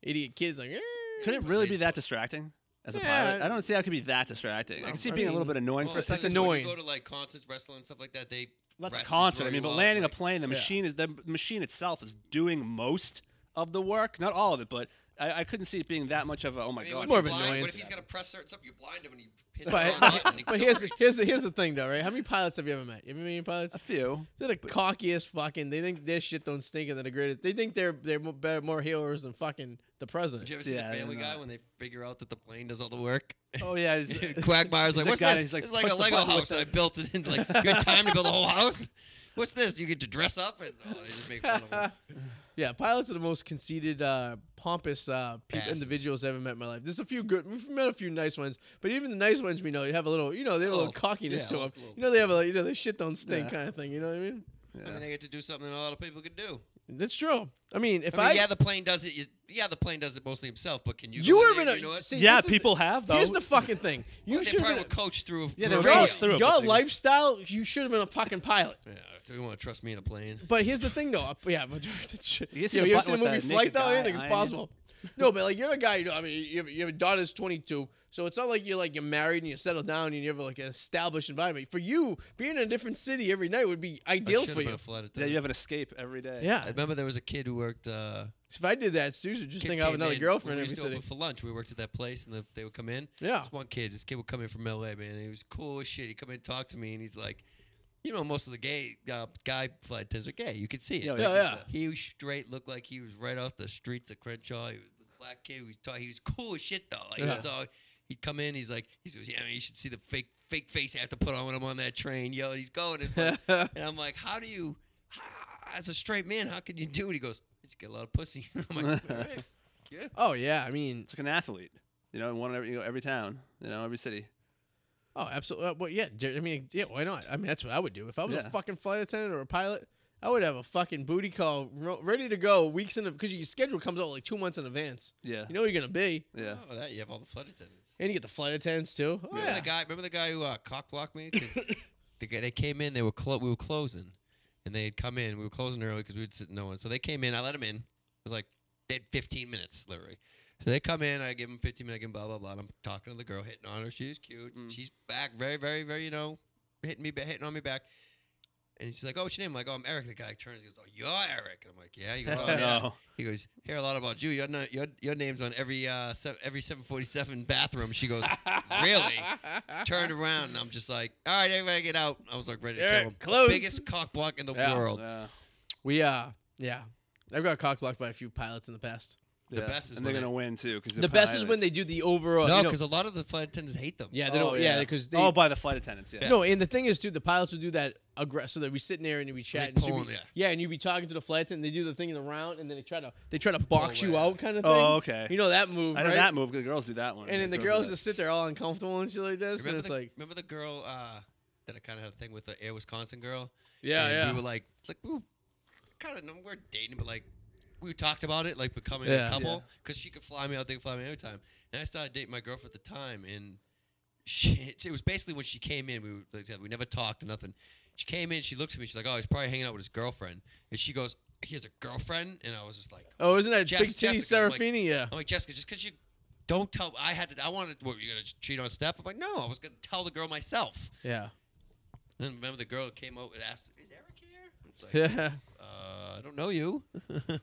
idiot kid's like, "Eh."
Could it really be that distracting as a
Yeah.
pilot? I don't see how it could be that distracting. I
Well,
can see it
I
being a little
mean-
bit annoying
Well,
for a
it's like
second.
that's
when
annoying.
You go to like concerts, wrestling, and stuff like that. They
That's
rest
a
and
concert.
throw
I mean,
you
but
up,
landing
like,
a plane, the
Yeah.
machine is the machine itself is doing most of the work, not all of it, but I, I couldn't see it being that much of a. Oh my
I mean, what
god!
It's
if
more
you
of an
blind- What
annoyance.
if he's got to press certain something? You blind him and he pisses
But,
on
[laughs]
it. and he
[laughs] but here's the,
accelerates.
here's the, here's the thing though, right? How many pilots have you ever met? You ever met any pilots?
a few.
They're the cockiest fucking. They think their shit don't stink and they're the greatest. They think they're they're mo- better, more heroes than fucking the president.
Did you ever see
Yeah, I
the
don't
Family
know.
Guy when they figure out that the plane does all the
[laughs]
work?
Oh yeah,
[laughs] Quagmire's like,
a
what's
guy,
this?
he's like,
it's like
"Push
a
the
Lego
button with
house. I built it in.
[laughs]
Like, you had time to build a whole house? What's this? You get to dress up? And, oh, they just make fun of
[laughs]
him.
Yeah, pilots are the most conceited, uh, pompous uh, peop
Asses.
individuals I've ever met in my life. There's a few good, we've met a few nice ones, but even the nice ones we know, you have a little, you know, they have a little
Little-
cockiness
Oh, yeah,
to
a
them.
little-
You know, they have a, you know, their shit don't stink
Yeah.
kind of thing. You know what I mean?
I mean, they get to do something that a lot of people could do.
That's true. I mean, if
I mean,
I,
yeah, the plane does it. Yeah, the plane does it mostly himself. But can you?
you
go in
were
there
been
and
a,
you know what?
see,
Yeah,
this is the-
people have though.
Here's the
[laughs]
fucking thing. You
They
should
probably
have
were
been.
coached through.
Yeah,
Yeah,
they
they're
were
Your,
coached through it, but
your
they-
lifestyle, you should have been a fucking pilot.
Yeah, do you want to trust me in a plane?
But here's the thing, though. Yeah, [laughs] but that shit.
You
You,
see
know,
the
you ever
button
seen the
with
movie
the
Flight
naked
Though?
guy,
Anything's
I-
possible. No, but like you're a guy, you know. I mean, you have, you have a daughter's 22, so it's not like you're like you're married and you settle down and you have like an established environment. For you, being in a different city every night would be
I
ideal
should've
for
been
you.
a flight attendant.
yeah, you have an escape every day.
Yeah.
I remember there was a kid who worked. Uh,
So if I did that, Susan, just
kid
think I have
came
another
in-
girlfriend
we
every
used to
city.
open for lunch. We worked at that place, and the, they would come in.
Yeah.
This one kid, this kid would come in from L.A. Man, and he was cool as shit. He would come in, and talk to me, and he's like, you know, most of the gay uh, guy flight attendants are gay. You could see it.
Yeah,
yeah, yeah.
He straight looked like he was right off the streets of Crenshaw. He was a black kid. He was, tall. he was cool as shit though. Like
Yeah.
that's all. He'd come in. He's like, he goes, yeah, man, you should see the fake fake face I have to put on when I'm on that train. Yo, he's going. It's
[laughs]
like, and I'm like, how do you, how- as a straight man, how can you do it? He goes, I just get a lot of pussy. [laughs] I'm like, all right. yeah.
Oh yeah, I mean,
[laughs] It's like an athlete. You know, in one every, you know, every town, you know, every city.
oh absolutely. Uh, well, yeah, j- I mean, yeah, why not? I mean, that's what I would do if I was
Yeah.
a fucking flight attendant or a pilot. I would have a fucking booty call ro- ready to go weeks in because your schedule comes out like two months in advance.
Yeah.
You know where you're gonna be.
yeah.
Oh, that you have all the flight attendants.
And you get the flight attendants too. Oh,
Remember
yeah.
the guy? Remember the guy who uh, cock blocked me?
[laughs]
'Cause the guy, they came in. They were clo- we were closing, and they had come in. We were closing early because we would sit no one. So they came in. I let them in. It was like they had 15 minutes literally. So they come in. I give them 15 minutes. I give 'em blah blah blah. And I'm talking to the girl, hitting on her. She's cute.
Mm.
She's back, very very very you know, hitting me, ba- hitting on me back. And she's like, "Oh, what's your name?" I'm like, "Oh, I'm Eric." The guy turns, he goes, "Oh, you're Eric." And I'm like,
[laughs]
"Yeah." He goes, [laughs] "Oh,
Oh,
yeah."
no.
He goes, hear a lot about you. Your na- your, your name's on every uh, se- every 747 bathroom. She
[laughs]
goes, really? [laughs] Turned around, and I'm just like, all right, everybody get out. I was like, ready to
Eric,
kill him.
close.
Biggest cock block in the
Yeah.
world.
Yeah.
We uh yeah. I've got cock blocked by a few pilots in the past.
The
Yeah.
best is
and they're
when
gonna win too. Cause
the best is when they do the overall.
no,
you know-
because a lot of the flight attendants hate them.
yeah, they don't. yeah, because they.
oh, by the flight attendants. Yeah.
no, and the thing is, too, the pilots will do that aggressive. So that we sitting there and you be chatting,
pull
she'd be-
them, yeah.
and you be talking to the flight attendant. and They do the thing in the round, and then they try to they try to box you
away.
out, kind of thing.
Oh, okay.
You know that move,
I know
right?
that move. 'cause The girls do that one.
And then the
do
girls
that.
just sit there all uncomfortable and shit like this,
Remember
and it's
the,
like,
remember the girl uh, that I kind of had a thing with, the Air Wisconsin girl?
yeah,
and
yeah.
We were like, like we kind of we were dating, but like we talked about it, like becoming
Yeah.
a couple,
Yeah.
because she could fly me out, they could fly me every time. And I started dating my girlfriend at the time, and she, [laughs] it was basically when she came in, we were, like, we never talked or nothing. She came in, she looks at me, she's like, oh, he's probably hanging out with his girlfriend, and she goes, he has a girlfriend, and I was just like,
oh, isn't that
Jess-
big titty
Jessica, I'm like-
Serafini? yeah.
I'm like Jessica, just because you don't tell, I had to, I wanted, what, you gonna cheat on Steph? I'm like, no, I was gonna tell the girl myself.
Yeah.
And then remember the girl came out and asked, is Eric here? It's like,
Yeah. [laughs]
uh, I don't know you.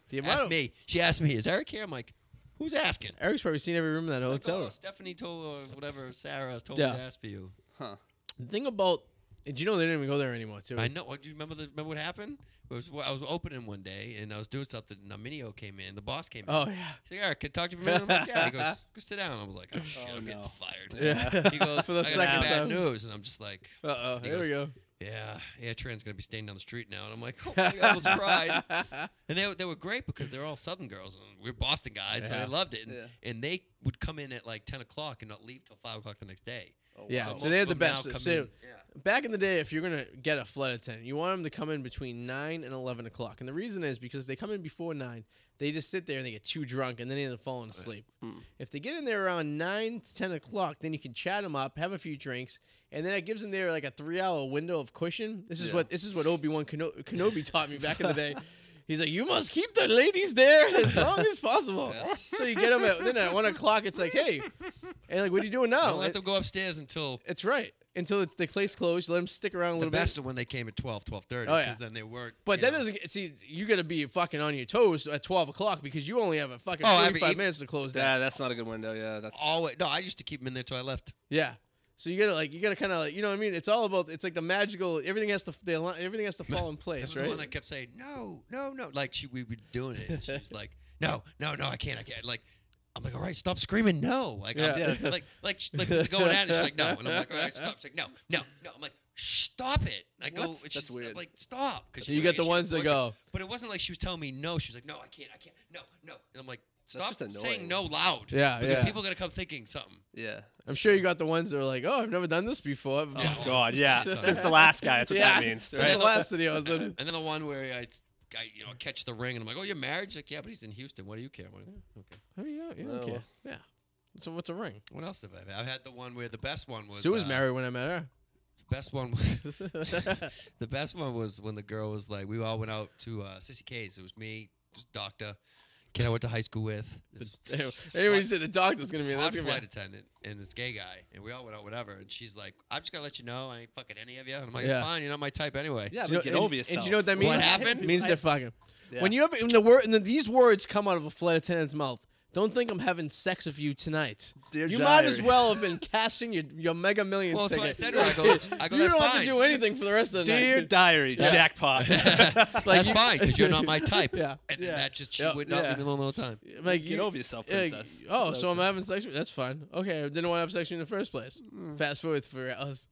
The amount
asked
of-
me. She asked me, is Eric here? I'm like, who's asking?
Eric's probably seen every room in that
It's like,
hotel.
"Oh, Stephanie told or whatever Sarah told
Yeah.
me to ask for you.
The thing about and you know they didn't even go there anymore too.
I know. what- Do you remember the, remember what happened? It was, I was opening one day and I was doing something. And Naminio came in. The boss came in.
Oh yeah.
He's like, Eric, can I talk to you for a minute? I'm like, yeah. He goes, go sit down. I was like, oh shit,
Oh,
I'm
no.
getting fired.
Yeah.
[laughs] He goes,
[laughs] For the
I got some
second
bad
time.
news, and I'm just like,
Uh oh.
He
Here we go.
yeah, Airtran's gonna be staying down the street now, and I'm like, oh my god, I
[laughs]
almost cried. And they, they were great because they're all Southern girls. And we're Boston guys, so
Yeah.
I loved it. And,
Yeah. Oh,
and they would come in at like 10 o'clock and not leave till 5 o'clock the next day. wow.
Yeah, so,
Most
they
of
have the
them now
best.
come
so
in-
back in the day, if you're gonna get a flight attendant, you want them to come in between nine and eleven o'clock, and the reason is because if they come in before nine, they just sit there and they get too drunk and then they end up falling asleep.
Hmm.
Mm.
If they get in there around nine to ten o'clock, then you can chat them up, have a few drinks, and then it gives them there like a three-hour window of cushion. This is
Yeah.
what this is what Obi Wan Keno- Kenobi
[laughs]
taught me back in the day. He's like, you must keep the ladies there as long as
[laughs]
possible.
Yes.
So you get them at then at one o'clock. It's like, hey, and like, what are you doing now?
Don't
And-
let them go upstairs until
it's right. Until it's, the place closed, let them stick around a
the
little bit.
best of when they came at 12, 12.30 because
Oh, yeah.
then they weren't.
But
you
that
know.
doesn't get- see. You got to be fucking on your toes at twelve o'clock because you only have a fucking
Oh, I mean,
forty-five
even-
minutes to close that.
Yeah, that's not a good window. Yeah, that's
always. No, I used to keep them in there till I left.
Yeah. So you gotta like you gotta kind of like you know what I mean. It's all about it's like the magical. Everything has to the, align- everything has to fall in
That
place,
was the one
right?
that kept saying no, no, no. Like she, we were doing it. And she was like, [laughs] no, no, no, I can't, I can't. Like. I'm like, all right, stop screaming, no! Like, I'm,
Yeah. [laughs]
like, like, sh- like we're going at it. She's like, no, and I'm like, all right, stop. She's like, no, no, no. I'm like, stop it! I go,
What?
and
That's
she's
weird.
Like, stop. 'Cause
So
she-
you got the
she-
ones that go.
But it wasn't like she was telling me no. She was like, no, I can't, I can't, no, no. And I'm like, stop
just annoying.
saying no loud.
Yeah,
Because
yeah.
people are gonna come thinking
[laughs]
something.
yeah.
I'm sure you got the ones that are like, oh, I've never done this before.
God, yeah.
[laughs]
Since the last guy, that's what
yeah.
that means.
Since
Right?
the last video I was in.
[laughs] And then the one where I, I, you know, catch the ring and I'm like, oh, you're married? She's like, yeah, but he's in Houston. What do you care? I'm like, "Oh, okay.
Oh, yeah, yeah,
Oh,
okay.
well.
yeah. So what's a ring?
What else have I had? I've had the one where the best one was.
Sue was
uh,
married when I met her.
The best one was [laughs] the best one was when the girl was like, we all went out to uh, Sissy K's. It was me, just doctor, kid I went to high school with,
[laughs]
this
[laughs] Anyway, you said the doctor's gonna be
hot
that's gonna be
flight attendant, and this gay guy, and we all went out, whatever. And she's like, I'm just gonna let you know, I ain't fucking any of you. And I'm like,
Yeah.
it's fine, you're not my type anyway.
Yeah,
Do you
but get
know-
over
and-
yourself.
And you know what that
What
means?
happened?
It means they're fucking.
Yeah.
When you have when the word and the, these words come out of a flight attendant's mouth, don't think I'm having sex with you tonight.
Dear
you might as
diary.
well have been cashing your, your Mega Millions
Well, that's
ticket.
what I said. to her. I
[laughs]
go, "It's- I go,
you
that's
don't
fine.
have to do anything for the rest of the
Dear
night.
diary,
[laughs]
jackpot.
Like,
That's
you-
fine because you're not
[laughs]
my type.
Yeah.
and then
Yeah.
that just she
Yeah.
would not
Yeah.
leave me alone the whole time.
Like
Get
you-
over yourself,
like,
princess.
oh,
That's
so I'm
it.
having sex. with- That's fine. Okay, I didn't want to have sex with you in the first place.
Hmm.
Fast forward for us.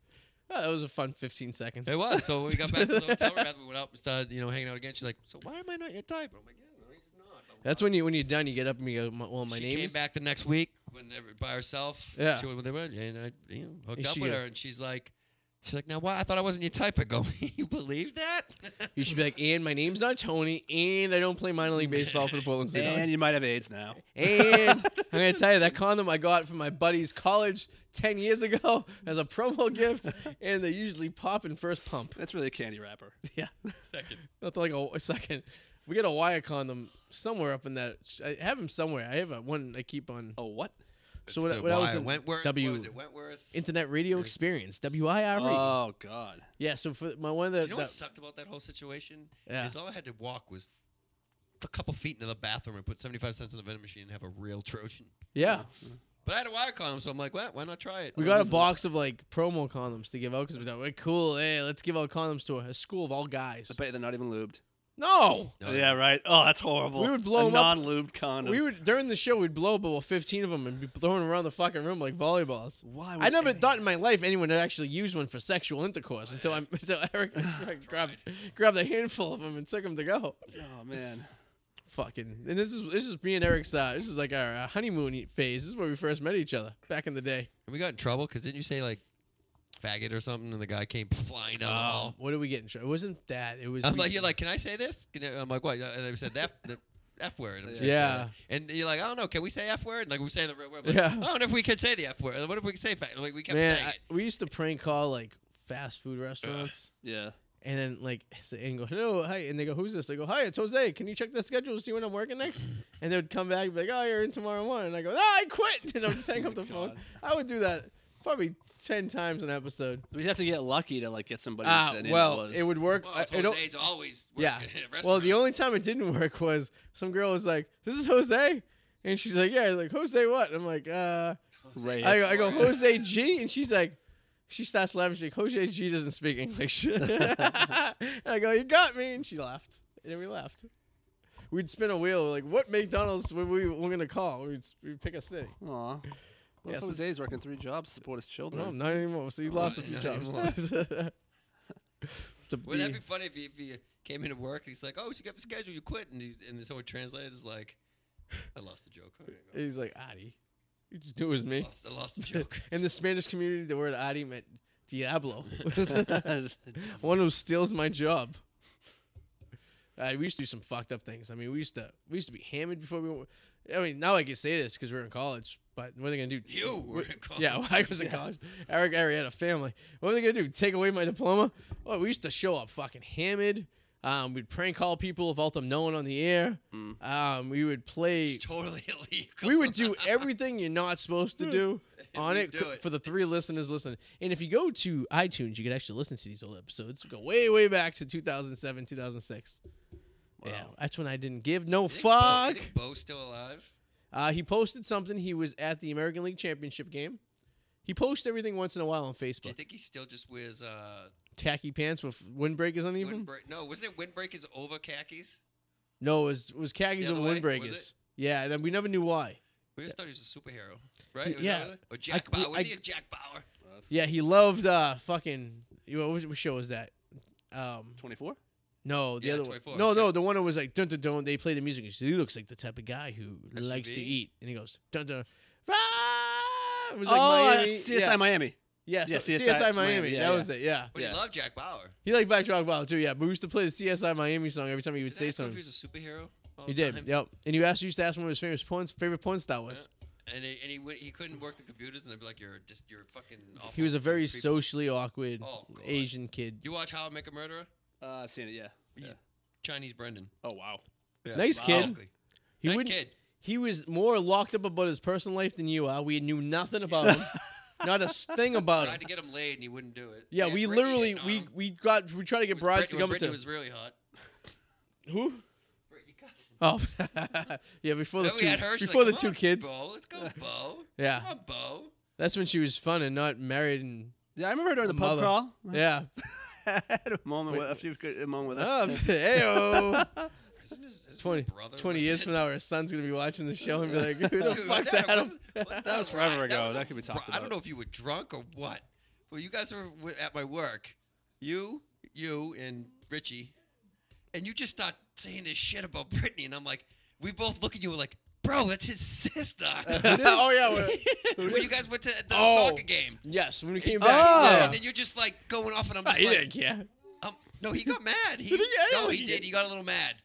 Oh, that was a fun 15 seconds.
It was. So when we got back to
[laughs]
the hotel room, after we went up and started, you know, hanging out again. She's like, "So why am I not your type?" I'm like, "Yeah, no, he's not."
That's when you when you're done, you get up and you go, "Well, my
she
name
came
is."
back the next week when every- by herself.
Yeah.
she went with everyone, and I you know, hooked
Is
up
she
with
a-
her, and she's like, "She's like, now why? I thought I wasn't your type." I go, [laughs] "You believe that?"
You should be like, and my name's not Tony, and I don't play minor league baseball for the Portland
[laughs] And
Seahawks.
you might have AIDS now.
And I'm gonna tell you that condom I got from my buddy's college ten years ago [laughs] as a promo gift, and they usually pop in first pump.
[laughs] That's really a candy wrapper.
Yeah, second, nothing like a, a second. We got a wire condom somewhere up in that. I have them somewhere. I have a one I keep on.
Oh, what?
So when, I-
The
when I was
wire.
in
Wentworth,
W
what was it? Wentworth.
Internet Radio Experience WIRE.
Oh God.
E. yeah, so for my one of the,
you know what
Uh, the-
sucked about that whole situation?
Yeah.
Is all I had to walk was a couple feet into the bathroom and put 75 cents in the vending machine and have a real Trojan.
yeah.
But I had a wire condom, so I'm like, what? Why not try it?
We got a box of like promo condoms to give out because we thought, like, cool, hey, let's give out condoms to a, a school of all guys.
I bet they're not even lubed.
No,
No,
yeah, right. Oh, that's horrible.
We would blow
a
'em up.
non-lubed condom.
we would during the show we'd blow up about fifteen of them and be throwing around the fucking room like volleyballs.
Why?
I never thought in my life anyone had actually used one for sexual intercourse until I [laughs] until Eric grabbed grabbed a handful of them and took them to go.
Oh man.
[laughs] Fucking and this is this is me and Eric's uh, this is like our uh, honeymoon phase. This is where we first met each other back in the day.
And we got in trouble because didn't you say like faggot or something? And the guy came flying down the hall.
what did we get in trouble? It wasn't that. It was
I'm
Oh. we-
like, you're like, can Oh. I say this? Can I-" I'm like, what? And they said the F, the F word. I'm just
Yeah.
like- And you're like, I don't know. Can we say F word? And like, we say the real word. I'm Like,
Yeah.
I don't know if we can say the F word. What if we can say faggot? Like, we kept
man,
saying
I-
it.
we used to prank call like fast food restaurants.
Yeah.
And then like s- and go hello hi and they go who's this I go hi it's Jose can you check the schedule to see when I'm
[laughs]
working next and they would come back and be like oh you're in tomorrow morning and I go ah, I quit [laughs] and I would
[laughs]
just
Oh
hang up the phone
God.
I would do that probably ten times an episode
We'd have to get lucky to like get somebody.
ah
that
well
was.
it would work
Well,
I-
it's
I don't-
Jose's always working [laughs]
yeah
at restaurants.
well the only time it didn't [laughs] work was some girl was like this is Jose and she's like yeah I was like Jose what and I'm like uh
Race.
I go, I go Jose G, and she's like, she starts laughing. She's like, Jose G doesn't speak English. [laughs] and I go, you got me, and she laughed, and then we laughed. We'd spin a wheel like, what McDonald's were we were gonna call? We'd, s- we'd pick a city.
Aw. Well,
Yes.
Jose's working three jobs to support his
No,
children.
not anymore. So he lost a few
not
jobs. [laughs] the
Would that
B.
be funny if you, if you came into work and he's like, oh, so you got the schedule, you quit, and, he, and someone translated is like, I lost the joke. All right, go.
He's like, Adi. You just knew it was me.
Lost, I
[laughs]
lost the joke. [laughs]
In the Spanish community, the word Adi meant Diablo.
[laughs] That's
One who steals my job. Uh, we used to do some fucked up things. I mean, we used to we used to be hammered before we. Went, I mean, now I can say this because we're in college. But what are they gonna do?
You were in college.
[laughs] Yeah, well, I was in college. Eric Ari had a family. What were they gonna do? Take away my diploma? Well, we used to show up fucking hammered. Um, we'd prank call people without them knowing on the air.
Mm.
Um, we would play.
It's totally [laughs] illegal.
We would
[laughs]
do everything you're not supposed to do on
We
it,
do
c-
it.
for the three listeners listening. And if you go to iTunes, you can actually listen to these old episodes. We go way, way back to 2007, 2006. Yeah, that's when I didn't give no
You think Bo- you
fuck.
think Bo's still alive.
Uh, he posted something. He was at the American League Championship game. He posts everything once in a while on
Do you
Facebook.
think he still just wears uh?
Tacky pants with windbreakers on even.
Windbreak- no, wasn't it windbreakers over khakis?
No, it was it was khakis
The
and
other way, was
windbreakers. Yeah, and then we never knew why.
We just thought he was a superhero, right? It was
Yeah.
either- Or Jack
I-
Bauer. Was
I-
he a Jack Bauer?
Yeah, he loved uh fucking. You know, what show was that? Um,
24?
No, the
Yeah,
other
24,
one. No, no,
Jack-
the one that was like dun dun dun. They play the music. He said, he looks like the type of guy who likes to
SUV?
eat, and he goes dun dun. Rah! It was like
oh, uh,
Miami.
CSI
yeah.
Miami.
Yeah,
Yeah,
so-
CSI
CSI, Miami.
Miami, yeah,
that
yeah.
was it. Yeah,
But
Yeah.
he loved Jack Bauer.
he liked Backtrack Bob too. Yeah, but we used to play the CSI Miami song every time he would
Did
say
I ask him if
something.
he was a superhero? all
He
the
did.
time?
Yep. And you asked, you used to ask him what his famous porn, favorite porn star was.
And he, and he went, he couldn't work the computers, and I'd be like, "You're just you're fucking." Awful
He was a very
creep."
socially awkward
Oh, God.
Asian kid.
You watch How I Make a Murderer?
Uh, I've seen it, yeah. yeah.
Chinese Brendan.
Oh, wow.
Nice
Wow.
kid.
Ugly.
He
nice
wouldn't.
kid.
He was more locked up about his personal life than you are. We knew nothing
[laughs]
about him. Not a thing about him.
Tried to get him laid, and he wouldn't do it.
Yeah,
And
we
Britney
literally
hit on
we
him.
we got we tried to
It
get
was um,
brides
Brit-
to
when
come
Britney
to
was really hot.
[laughs] who?
Britney Cousin.
Oh, [laughs] yeah, before the
Then
two
we had her. she's
before
like,
the
"Come
two
on,
kids.
Bo, let's go, Bo.
[laughs] Yeah,
Come on, Bo.
that's when she was fun and not married and
Yeah, I remember during the
A
pub
mother.
crawl. [laughs]
yeah.
I had a moment
Wait,
with a few good a moment with her.
[laughs]
[laughs]
Oh,
[laughs]
heyo.
Isn't his, isn't his
20,
brother
20 years from now, her son's gonna be watching the show and be
[laughs]
like, "Who the
Dude,
fuck's
that
Adam?"
was- what
That was forever
riot-
ago.
was
That
a
could be talked
ri- I don't
about.
know if you were drunk or what. Well, you guys were w- at my work. You, you, and Richie, and you just start saying this shit about Brittany, and I'm like, we both look at you like, bro, that's his
[laughs]
sister.
oh yeah, [laughs] well,
when you guys went to the
Oh.
soccer game.
yes. When we came
And
back,
Oh.
yeah.
then you're just like going off, and I'm
Ah,
just
he
like,
didn't care.
um, no, he got mad. He
Did
[laughs]
he?
was-
I
no,
don't
he
think
did.
he-
He got a little mad.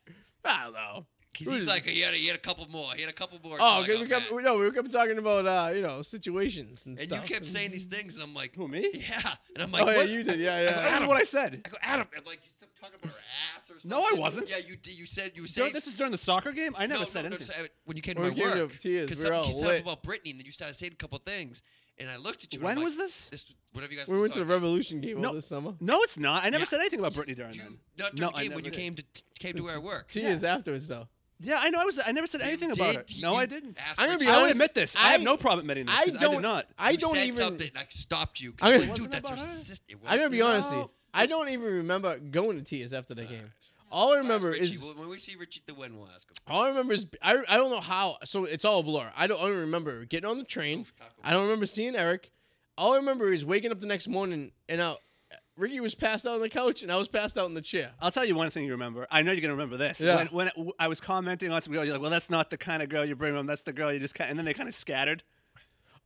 I don't know.
'Cause
Who
He's
is-
like, he had, a, he had a couple more. He had a couple more. so
Ah, Oh,
I
'cause
got
we kept,
mad.
no, we kept talking about uh, you know situations and,
And you
stuff.
kept saying these things, and I'm like,
Who, me?
Yeah. And I'm like,
"Oh yeah,
what?
you
[laughs]
did, yeah,
[laughs] I
yeah."
don't know what I said.
I go, Adam. I'm like, you still talking about her ass or something?
No, I wasn't.
Yeah, you did. You said you said
During, this is during the soccer game? I
no,
never
no,
said
no,
anything.
so I- when you came to
We
my
gave you
work.
tears, we were
something-
all
you said
lit.
about Britney, and then you started saying a couple things, and I looked at you. and
when
I'm
was
like,
this?
This whatever you guys.
We went to the
talking-
Revolution game
No.
all this summer.
No, it's not. I never
Yeah.
said anything about Britney during then.
You, not
No,
during
I
the game when
never
you
did.
came to came to where I work.
Two years afterwards, though.
Yeah, I know. I was. I never said anything about
did
it. No,
you
I didn't.
ask
I'm gonna
Richie-
be
I would
honest,
admit this. I, have
I-
no problem admitting this.
I
'cause I
don't-
did not.
I
you
don't
said
even.
something. and I stopped you. 'cause
I'm
I'm
gonna-
like, dude,
Wasn't
that's
about
your
her.
sister. It
I'm gonna
wasn't.
be honest. with you.
No.
I don't even remember going to tears after the game. All I
Ask
remember
Richie.
is
Well, when we see Richie the when we'll ask him.
all I remember is I, I don't know how. So it's all a blur. I don't I don't remember getting on the train.
Oof, Taco
I don't remember seeing Eric. All I remember is waking up the next morning and I, Ricky was passed out on the couch and I was passed out in the chair.
I'll tell you one thing you remember. I know you're gonna remember this.
Yeah.
When, when w- I was commenting on some girl, you're like, "Well, that's not the kind of girl you bring home. That's the girl you just." Kind and then they kind of scattered.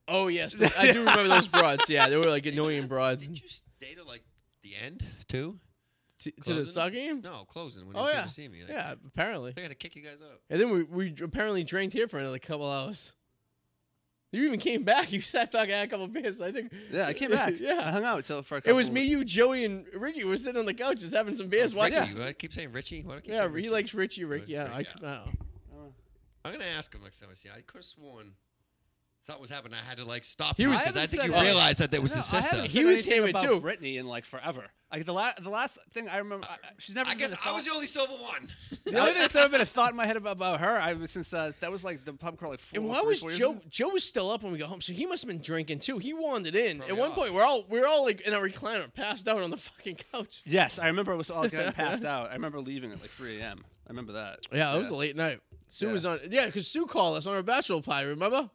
Oh yes, I
[laughs]
do remember those broads. Yeah, they were like annoying broads
Did you stay to like the end too?
to, to the
Closing?
soccer game.
No, closing when
Oh,
you
yeah.
came to see me. Like,
Yeah, apparently.
I gotta kick you guys out.
And then we, we apparently drank here for another couple hours. You even came back. [laughs] You sat back and had a couple beers. I think.
Yeah, I came back. I
[laughs] yeah.
hung out so for a
It
couple Oh,
was me, you, Joey, and Ricky were sitting on the couch just having some beers watching.
Ricky, I keep saying Richie. Why do I keep
Yeah,
saying
he
Richie?
likes Richie, Ricky. Yeah, I, uh,
Ricky,
I don't know.
I'm gonna ask him next time I see. him. I could have sworn something was happening. I had to like stop.
He
him
was-
because
I
I
haven't
think
said
you
that.
realized that that was
No,
his
I
sister.
haven't
He
said
was
anything
hammered,
about
too.
Britney in like forever. Like the last, the last thing I remember, I, she's never.
I
even
guess
been a
I was
thought-
the only sober
[laughs]
one.
The only thing that's ever been a thought in my head about, about her, I was since uh, that was like the pub crawl like four.
And why
three,
was
four years
Joe?
ago.
Joe was still up when we got home, so he must have been drinking too. He wandered in. At
Probably
one
off.
point, we're all we're all like in our recliner, passed out on the fucking couch.
Yes, I remember it was all
[laughs]
getting passed out. I remember leaving at like 3 a.m. I remember that.
Yeah, it was a late night. Sue
Yeah.
was on. Yeah, because Sue called us on our bachelor party. Remember?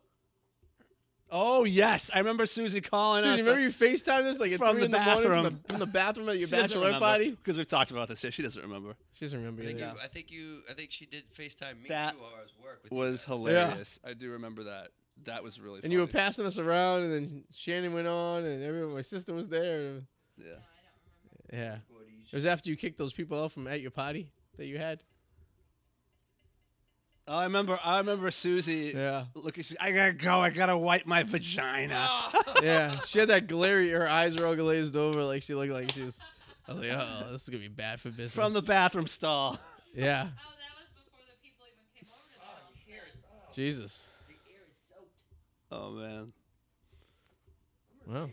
Oh yes, I remember Susie calling
Susie,
us. uh,
remember you FaceTime us like at
From
three
the
in the morning from
bathroom.
the, from the bathroom at
[laughs]
your bachelor party?
because we've talked about this. Yeah, she doesn't remember.
She doesn't remember
I think,
either.
you, I think you. I think she did Facetime me
That
two hours work. With you
Was
guys.
hilarious. I do remember that. that was really.
and you were
funny.
passing us around, and then Shannon went on, and everyone, my sister was there.
Yeah.
No, I don't remember.
Yeah, it was after you kicked those people out from at your party that you had.
Oh, I remember. I remember Susie.
Yeah,
Look, she's. I gotta go. I gotta wipe my [laughs] vagina.
yeah. She had that glary. Her eyes were all glazed over, like she looked like she was. I was like, oh, this is gonna be bad for business.
From the bathroom stall.
yeah,
Oh, that was before the people even came over to the
Oh,
house. then.
Jesus.
[laughs] Oh man.
Wow.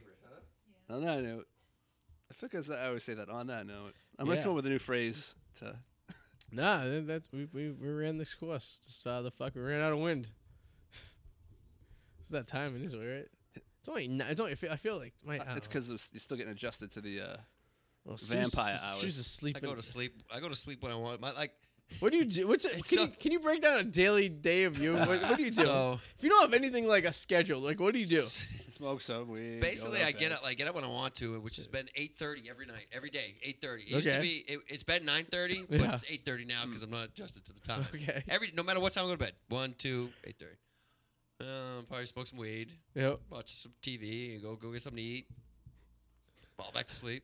On that note, I feel like I always say that. On that note, I'm gonna
Yeah.
come up with a new phrase to.
Nah, th- that's we, we we ran this course. Just uh, the fuck, we ran out of wind. [laughs] it's that time in Israel, right? It's only ni- it's only I feel, I feel like my
Uh,
I
uh, It's
don't know.
because you're still getting adjusted to the. Uh,
Well, Sue's-
vampire hours.
Sue's asleep.
I go
in-
to sleep. I go to sleep when I want. My like
What do you do? What's it,
It's
can,
so-
you, can you break down a daily day of you? What, what do you do?
so.
if you don't have anything like a schedule, like what do you do?
smoke some weed.
Basically, I get up. I get up when I want to, which has been 8:30 every night, every day. 8:30. It used
Okay.
to be. It, it's been
[laughs]
9:30,
Yeah.
but it's 8:30 now because I'm not adjusted to the time.
Okay.
Every no matter what time I go to bed, one, two, 8:30. Um, probably smoke some weed,
Yep.
watch some TV, and go go get something to eat. Fall back to
[laughs]
sleep.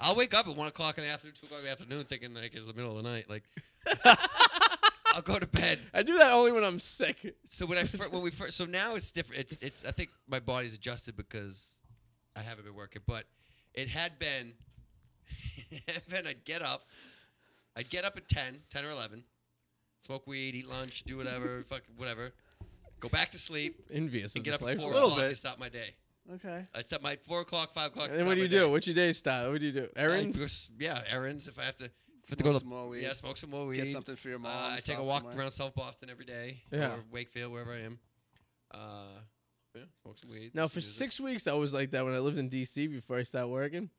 I'll wake up at one o'clock in the afternoon, two o'clock in the afternoon, thinking like it's the middle of the
[laughs]
night. Like I'll go to bed.
I do that only when I'm sick.
So when I fir- when we first, so now it's different. It's it's. I think my body's adjusted because I haven't been working, but it had been. [laughs] it had been. I'd get up. I'd get up at 10, 10 or eleven, smoke weed, eat lunch, do whatever, fuck whatever, go back to sleep,
Envious
and
of
get up
this
at
lifestyle.
four
Little
o'clock
bit.
and stop my day.
Okay.
I'd stop my four o'clock, five o'clock.
And what do you do? What's your day style? What do you do? Errands.
Errands. Yeah, errands. If I have to, if I have to
Smoke
go to
some more weed.
yeah, smoke some more weed.
Get something for your mom.
Uh, I take a
stop
walk
somewhere.
around South Boston every day,
Yeah.
or Wakefield, wherever I am. Uh, yeah, smoke some weed.
Now
listen
for
to music.
six weeks I was like that when I lived in DC before I started working,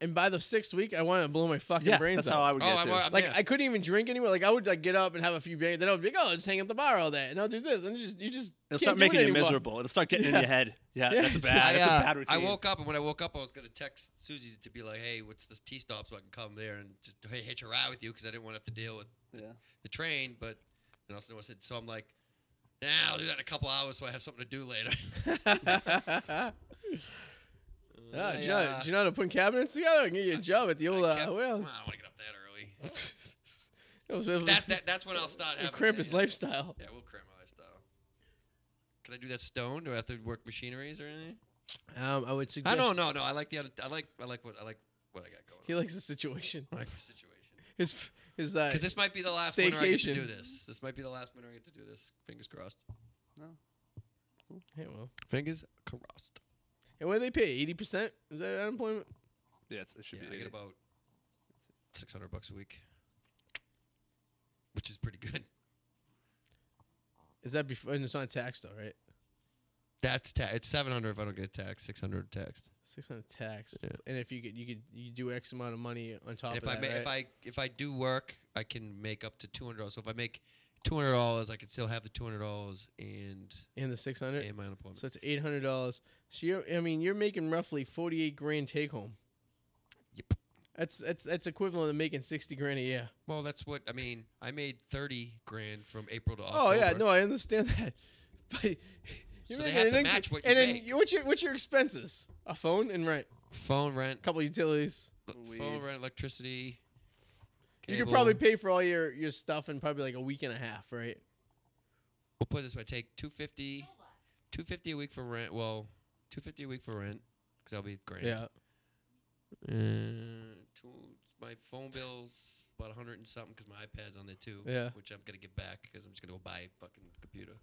and by the sixth week I wanted to blow my fucking
Yeah,
brains
that's
out.
how I would
Oh,
get
I'm-
to.
I'm-
like
yeah.
I couldn't even drink anywhere. Like I would like get up and have a few beers, then I would be like, oh, I'll just hang at the bar all day, and I'll do this, and you just you just
It'll
can't
start
do
making
it
you
anymore. [laughs]
miserable. It'll start getting in
Yeah.
your head. Yeah,
Yeah,
that's a
it's
bad.
just-
I,
that's
uh,
a bad routine.
I woke up, and when I woke up, I was gonna text Susie to be like, "Hey, what's this T stop so I can come there and just hey, hitch a ride with you because I didn't want to have to deal with
Yeah.
the train." But and also I said, so I'm like, "Nah, I'll do that in a couple hours so I have something to do later."
[laughs]
[laughs]
yeah,
I,
Ah, do, you know,
uh,
do you know how to put cabinets together? I can get you a job at the old
I
uh,
kept-
warehouse.
Well, I don't want to get up that early.
[laughs] That was- that was-
that, that, that's when I'll start having
cramp his
yeah.
lifestyle.
Yeah, we'll cramp my lifestyle. Can I do that stone? Do I have to work machineries or anything?
Um, I would suggest.
I don't know. No, I like the. un- I like. I like what. I like what I got going.
He
on.
likes the situation.
I like my situation.
His his uh,
Because this might be the last winter I get to
Staycation.
do this. This might be the last winter I get to do this. Fingers crossed.
hey, well,
Fingers crossed.
and what do they pay? Eighty percent is that unemployment?
Yeah, it's- it should
Yeah,
be.
I get
80.
about six hundred bucks a week, which is pretty good.
Is that before? And it's not taxed though, right?
That's ta- it's seven hundred if I don't get taxed. Six hundred taxed.
Six hundred taxed.
Yeah.
And if you get you could you do X amount of money on top
And
of
if I
that,
ma- if
right?
I if I do work, I can make up to two hundred dollars. So if I make two hundred dollars, I can still have the two hundred dollars and
and the six hundred.
and my unemployment.
So it's eight hundred dollars. So you're, I mean, you're making roughly forty eight grand take home.
Yep.
That's that's that's equivalent to making sixty grand a year.
well, that's what I mean. I made thirty grand from April to October.
Oh yeah, no, I understand that. [laughs] But you're
So they
making
have
an
to
income-
match what you
and then
make.
you- what's your what's your expenses? A phone and rent,
phone rent,
a couple utilities.
phone
Weed.
rent, electricity.
You could
cable.
probably pay for all your your stuff in probably like a week and a half, right?
We'll put it this way: take 250,
Still what?
250 a week for rent. Well, two fifty a week for rent because that'll be grand.
Yeah.
Uh, two, my phone bill's about a hundred and something because my iPad's on there too.
Yeah.
Which I'm gonna get back because I'm just gonna go buy a fucking computer.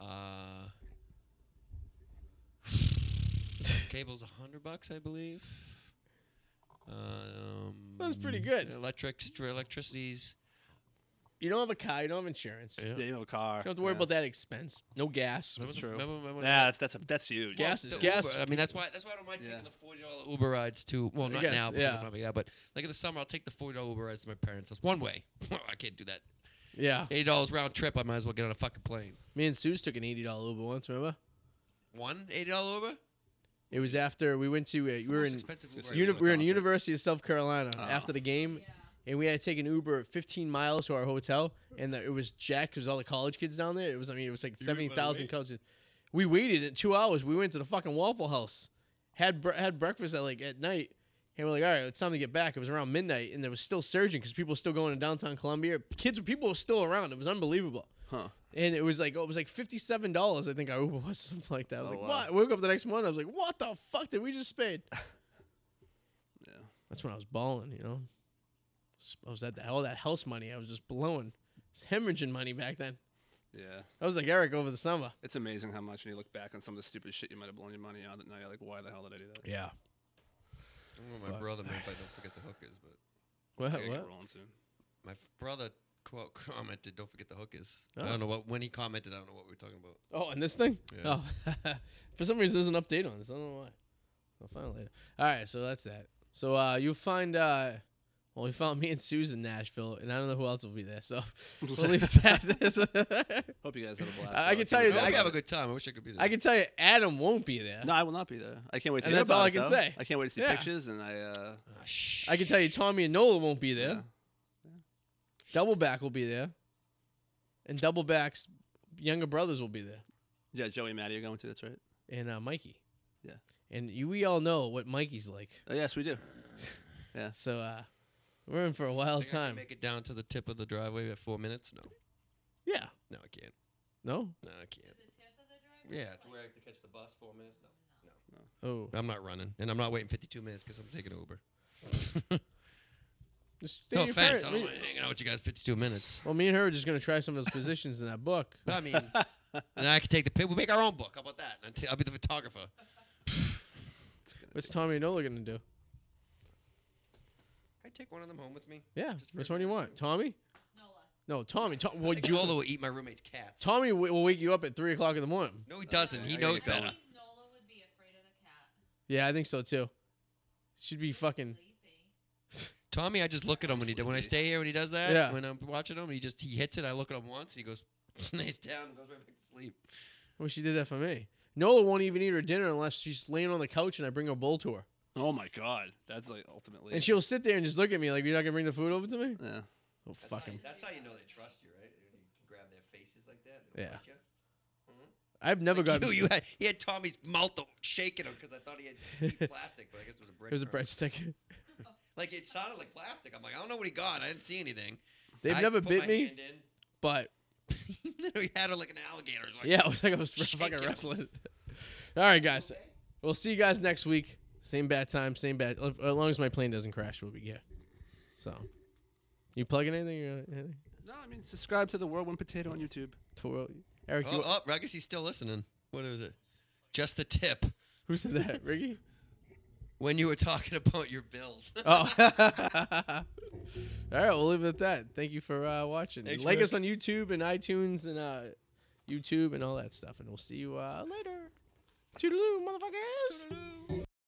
Uh,
[laughs]
cable's a hundred bucks, I believe. Um,
That's pretty good.
Electric, str- electricity's.
You don't have a car, you don't have insurance. You
Yeah, you have a car.
don't have to worry about that expense. No gas.
Remember the-
true.
Remember, remember
Yeah, that's that's a, that's huge.
Well,
Gas is-
the
gas-
Uber, I mean, that's why that's why I don't mind
Yeah.
taking the forty dollar Uber rides to. Well, not
guess,
now because
yeah.
I'm not yeah, but like in the summer, I'll take the forty dollar Uber rides to my parents' house one way. [laughs] I can't do that.
Yeah.
Eighty dollars round trip. I might as well get on a fucking plane.
Me and Suze took an eighty dollar Uber once. Remember?
One eighty dollar Uber.
It was after we went to uh, we
It's the
were
most
in
expensive Uber Ah.
It's
I've
uni-
ever
Uni- we were in
gone to.
University of South Carolina
Oh.
after the game,
Yeah.
and we had to take an Uber 15 miles to our hotel, and the, it was jacked because all the college kids down there. It was, I mean, it was like
You wouldn't let 'em
70,000
wait?
college kids. We waited in two hours. We went to the fucking Waffle House, had bre- had breakfast at like at night, and we're like, all right, it's time to get back. It was around midnight, and there was still surging because people were still going to downtown Columbia. Kids, people were still around. It was unbelievable.
Huh.
And it was like, oh, it was like fifty-seven dollars. I think our Uber was something like that. I was
Oh,
like,
wow.
what? I woke up the next morning. I was like, what the fuck did we
[laughs]
just spend?
Yeah.
That's when I was balling, you know. S- I was at the all that house money. I was just blowing, It's hemorrhaging money back then.
Yeah.
I was like Eric over the summer.
It's amazing how much when you look back on some of the stupid shit you might have blown your money on that now you're like, why the hell did I do that?
Yeah.
I don't know what Oh, my
But-
brother meant by don't forget the hookers, but
[laughs] What?
I gotta get
What?
rolling soon.
my brother quote [laughs] commented, "Don't forget the hookers."
Oh.
I don't know what when he commented. I don't know what we were talking about.
Oh, and this thing?
Yeah.
Oh, [laughs] for some reason there's an update on this. I don't know why. I'll find it later. All right, so that's that. So uh, you'll find. Uh, well, we found me and Susan in Nashville, and I don't know who else will be there. So we'll leave it at this. [laughs]
Hope you guys have a blast.
I- I can
though. can't
tell
I
you
wait to
that
hope you
talk
have a
about it.
good time. I wish I could be there.
I can tell you, Adam won't be there.
No, I will not be there. I can't wait to
And
hear
that's all
about
I
it,
can
though.
say.
I can't wait to see
Yeah.
pictures and I uh
Ah, shh.
I can tell you, Tommy and Nola won't be there.
yeah.
Double back will be there, and double backs younger brothers will be there,
Yeah, Joey and Maddie are going to, that's right.
and uh, Mikey.
Yeah.
And you, we all know what Mikey's like,
Oh, yes, we do.
so uh, we're in for a wild
Think I can
time.
Make it down to the tip of the driveway at four minutes. No,
Yeah.
no, I can't.
No.
No, I can't.
the tip of the driver?
Yeah, to where I have to catch the bus four minutes. No.
Oh,
I'm not running, and I'm not waiting 52 minutes because I'm taking Uber.
Just stay
no
in your
offense,
parent-
I don't
me-
want to hang out with you guys 52 minutes.
Well, me and her are just gonna try some of those positions in that book.
But I mean, and I can take the pic. We make our own book. How about that? And I'll be the photographer. [laughs]
What's Tommy and Nola gonna do?
Can I take one of them home with me?
Yeah.
Just for
Which
a
one do you
day.
want, Tommy?
[laughs] Nola.
No, Tommy. Tom,
Well,
well, you,
Jolo will eat my roommate's cat.
[laughs] Tommy wi- will wake you up at three o'clock in the morning.
No, he
Uh,
doesn't. He
I
knows
get that.
better.
I think Nola would be afraid of the cat.
Yeah, I think so too. She'd be fucking.
Sleepy.
Tommy, I just look at him when he do- when I stay here when he does that.
Yeah.
When I'm watching him, he just he hits it. I look at him once, and he goes [laughs] snays down, and goes right back to sleep.
I wish she did that for me. Nola won't even eat her dinner unless she's laying on the couch and I bring her bowl to her.
Oh my god. That's like ultimately
And she'll sit there and just look at me like, you're not going to bring the food over to me?
Yeah.
Oh, fuck him.
That's how you know they trust you, right? You grab their faces like that.
they'll Yeah. bite I've never
Like
gotten.
you, you had, he had Tommy's mouth o- shaking him because I thought he had deep
[laughs]
plastic, but I guess it was a bread.
it was a
crumb.
breadstick. [laughs]
Like it sounded like plastic. I'm like, I don't know what he got. I didn't see anything.
They've
I
never
put my
bit me,
hand in.
but
[laughs] he literally had it like an alligator. It was like,
yeah, [laughs] it was like I was
Shake
fucking
it.
wrestling. [laughs] All right, guys. We'll see you guys next week. Same bad time, same bad. As long as my plane doesn't crash, we'll be good. So, you plugging anything? or anything?
No, I mean subscribe to the Whirlwind Potato on YouTube.
Twirl- Eric,
Oh,
you,
oh, I guess he's still listening. What is it? Just the tip.
who said that? Ricky?
When you were talking about your bills. [laughs]
Oh. All right, we'll leave it at that. Thank you for uh, watching.
Thanks,
like
Rick.
us on YouTube and iTunes and uh, YouTube and all that stuff. And we'll see you uh, later. Toodaloo, motherfuckers.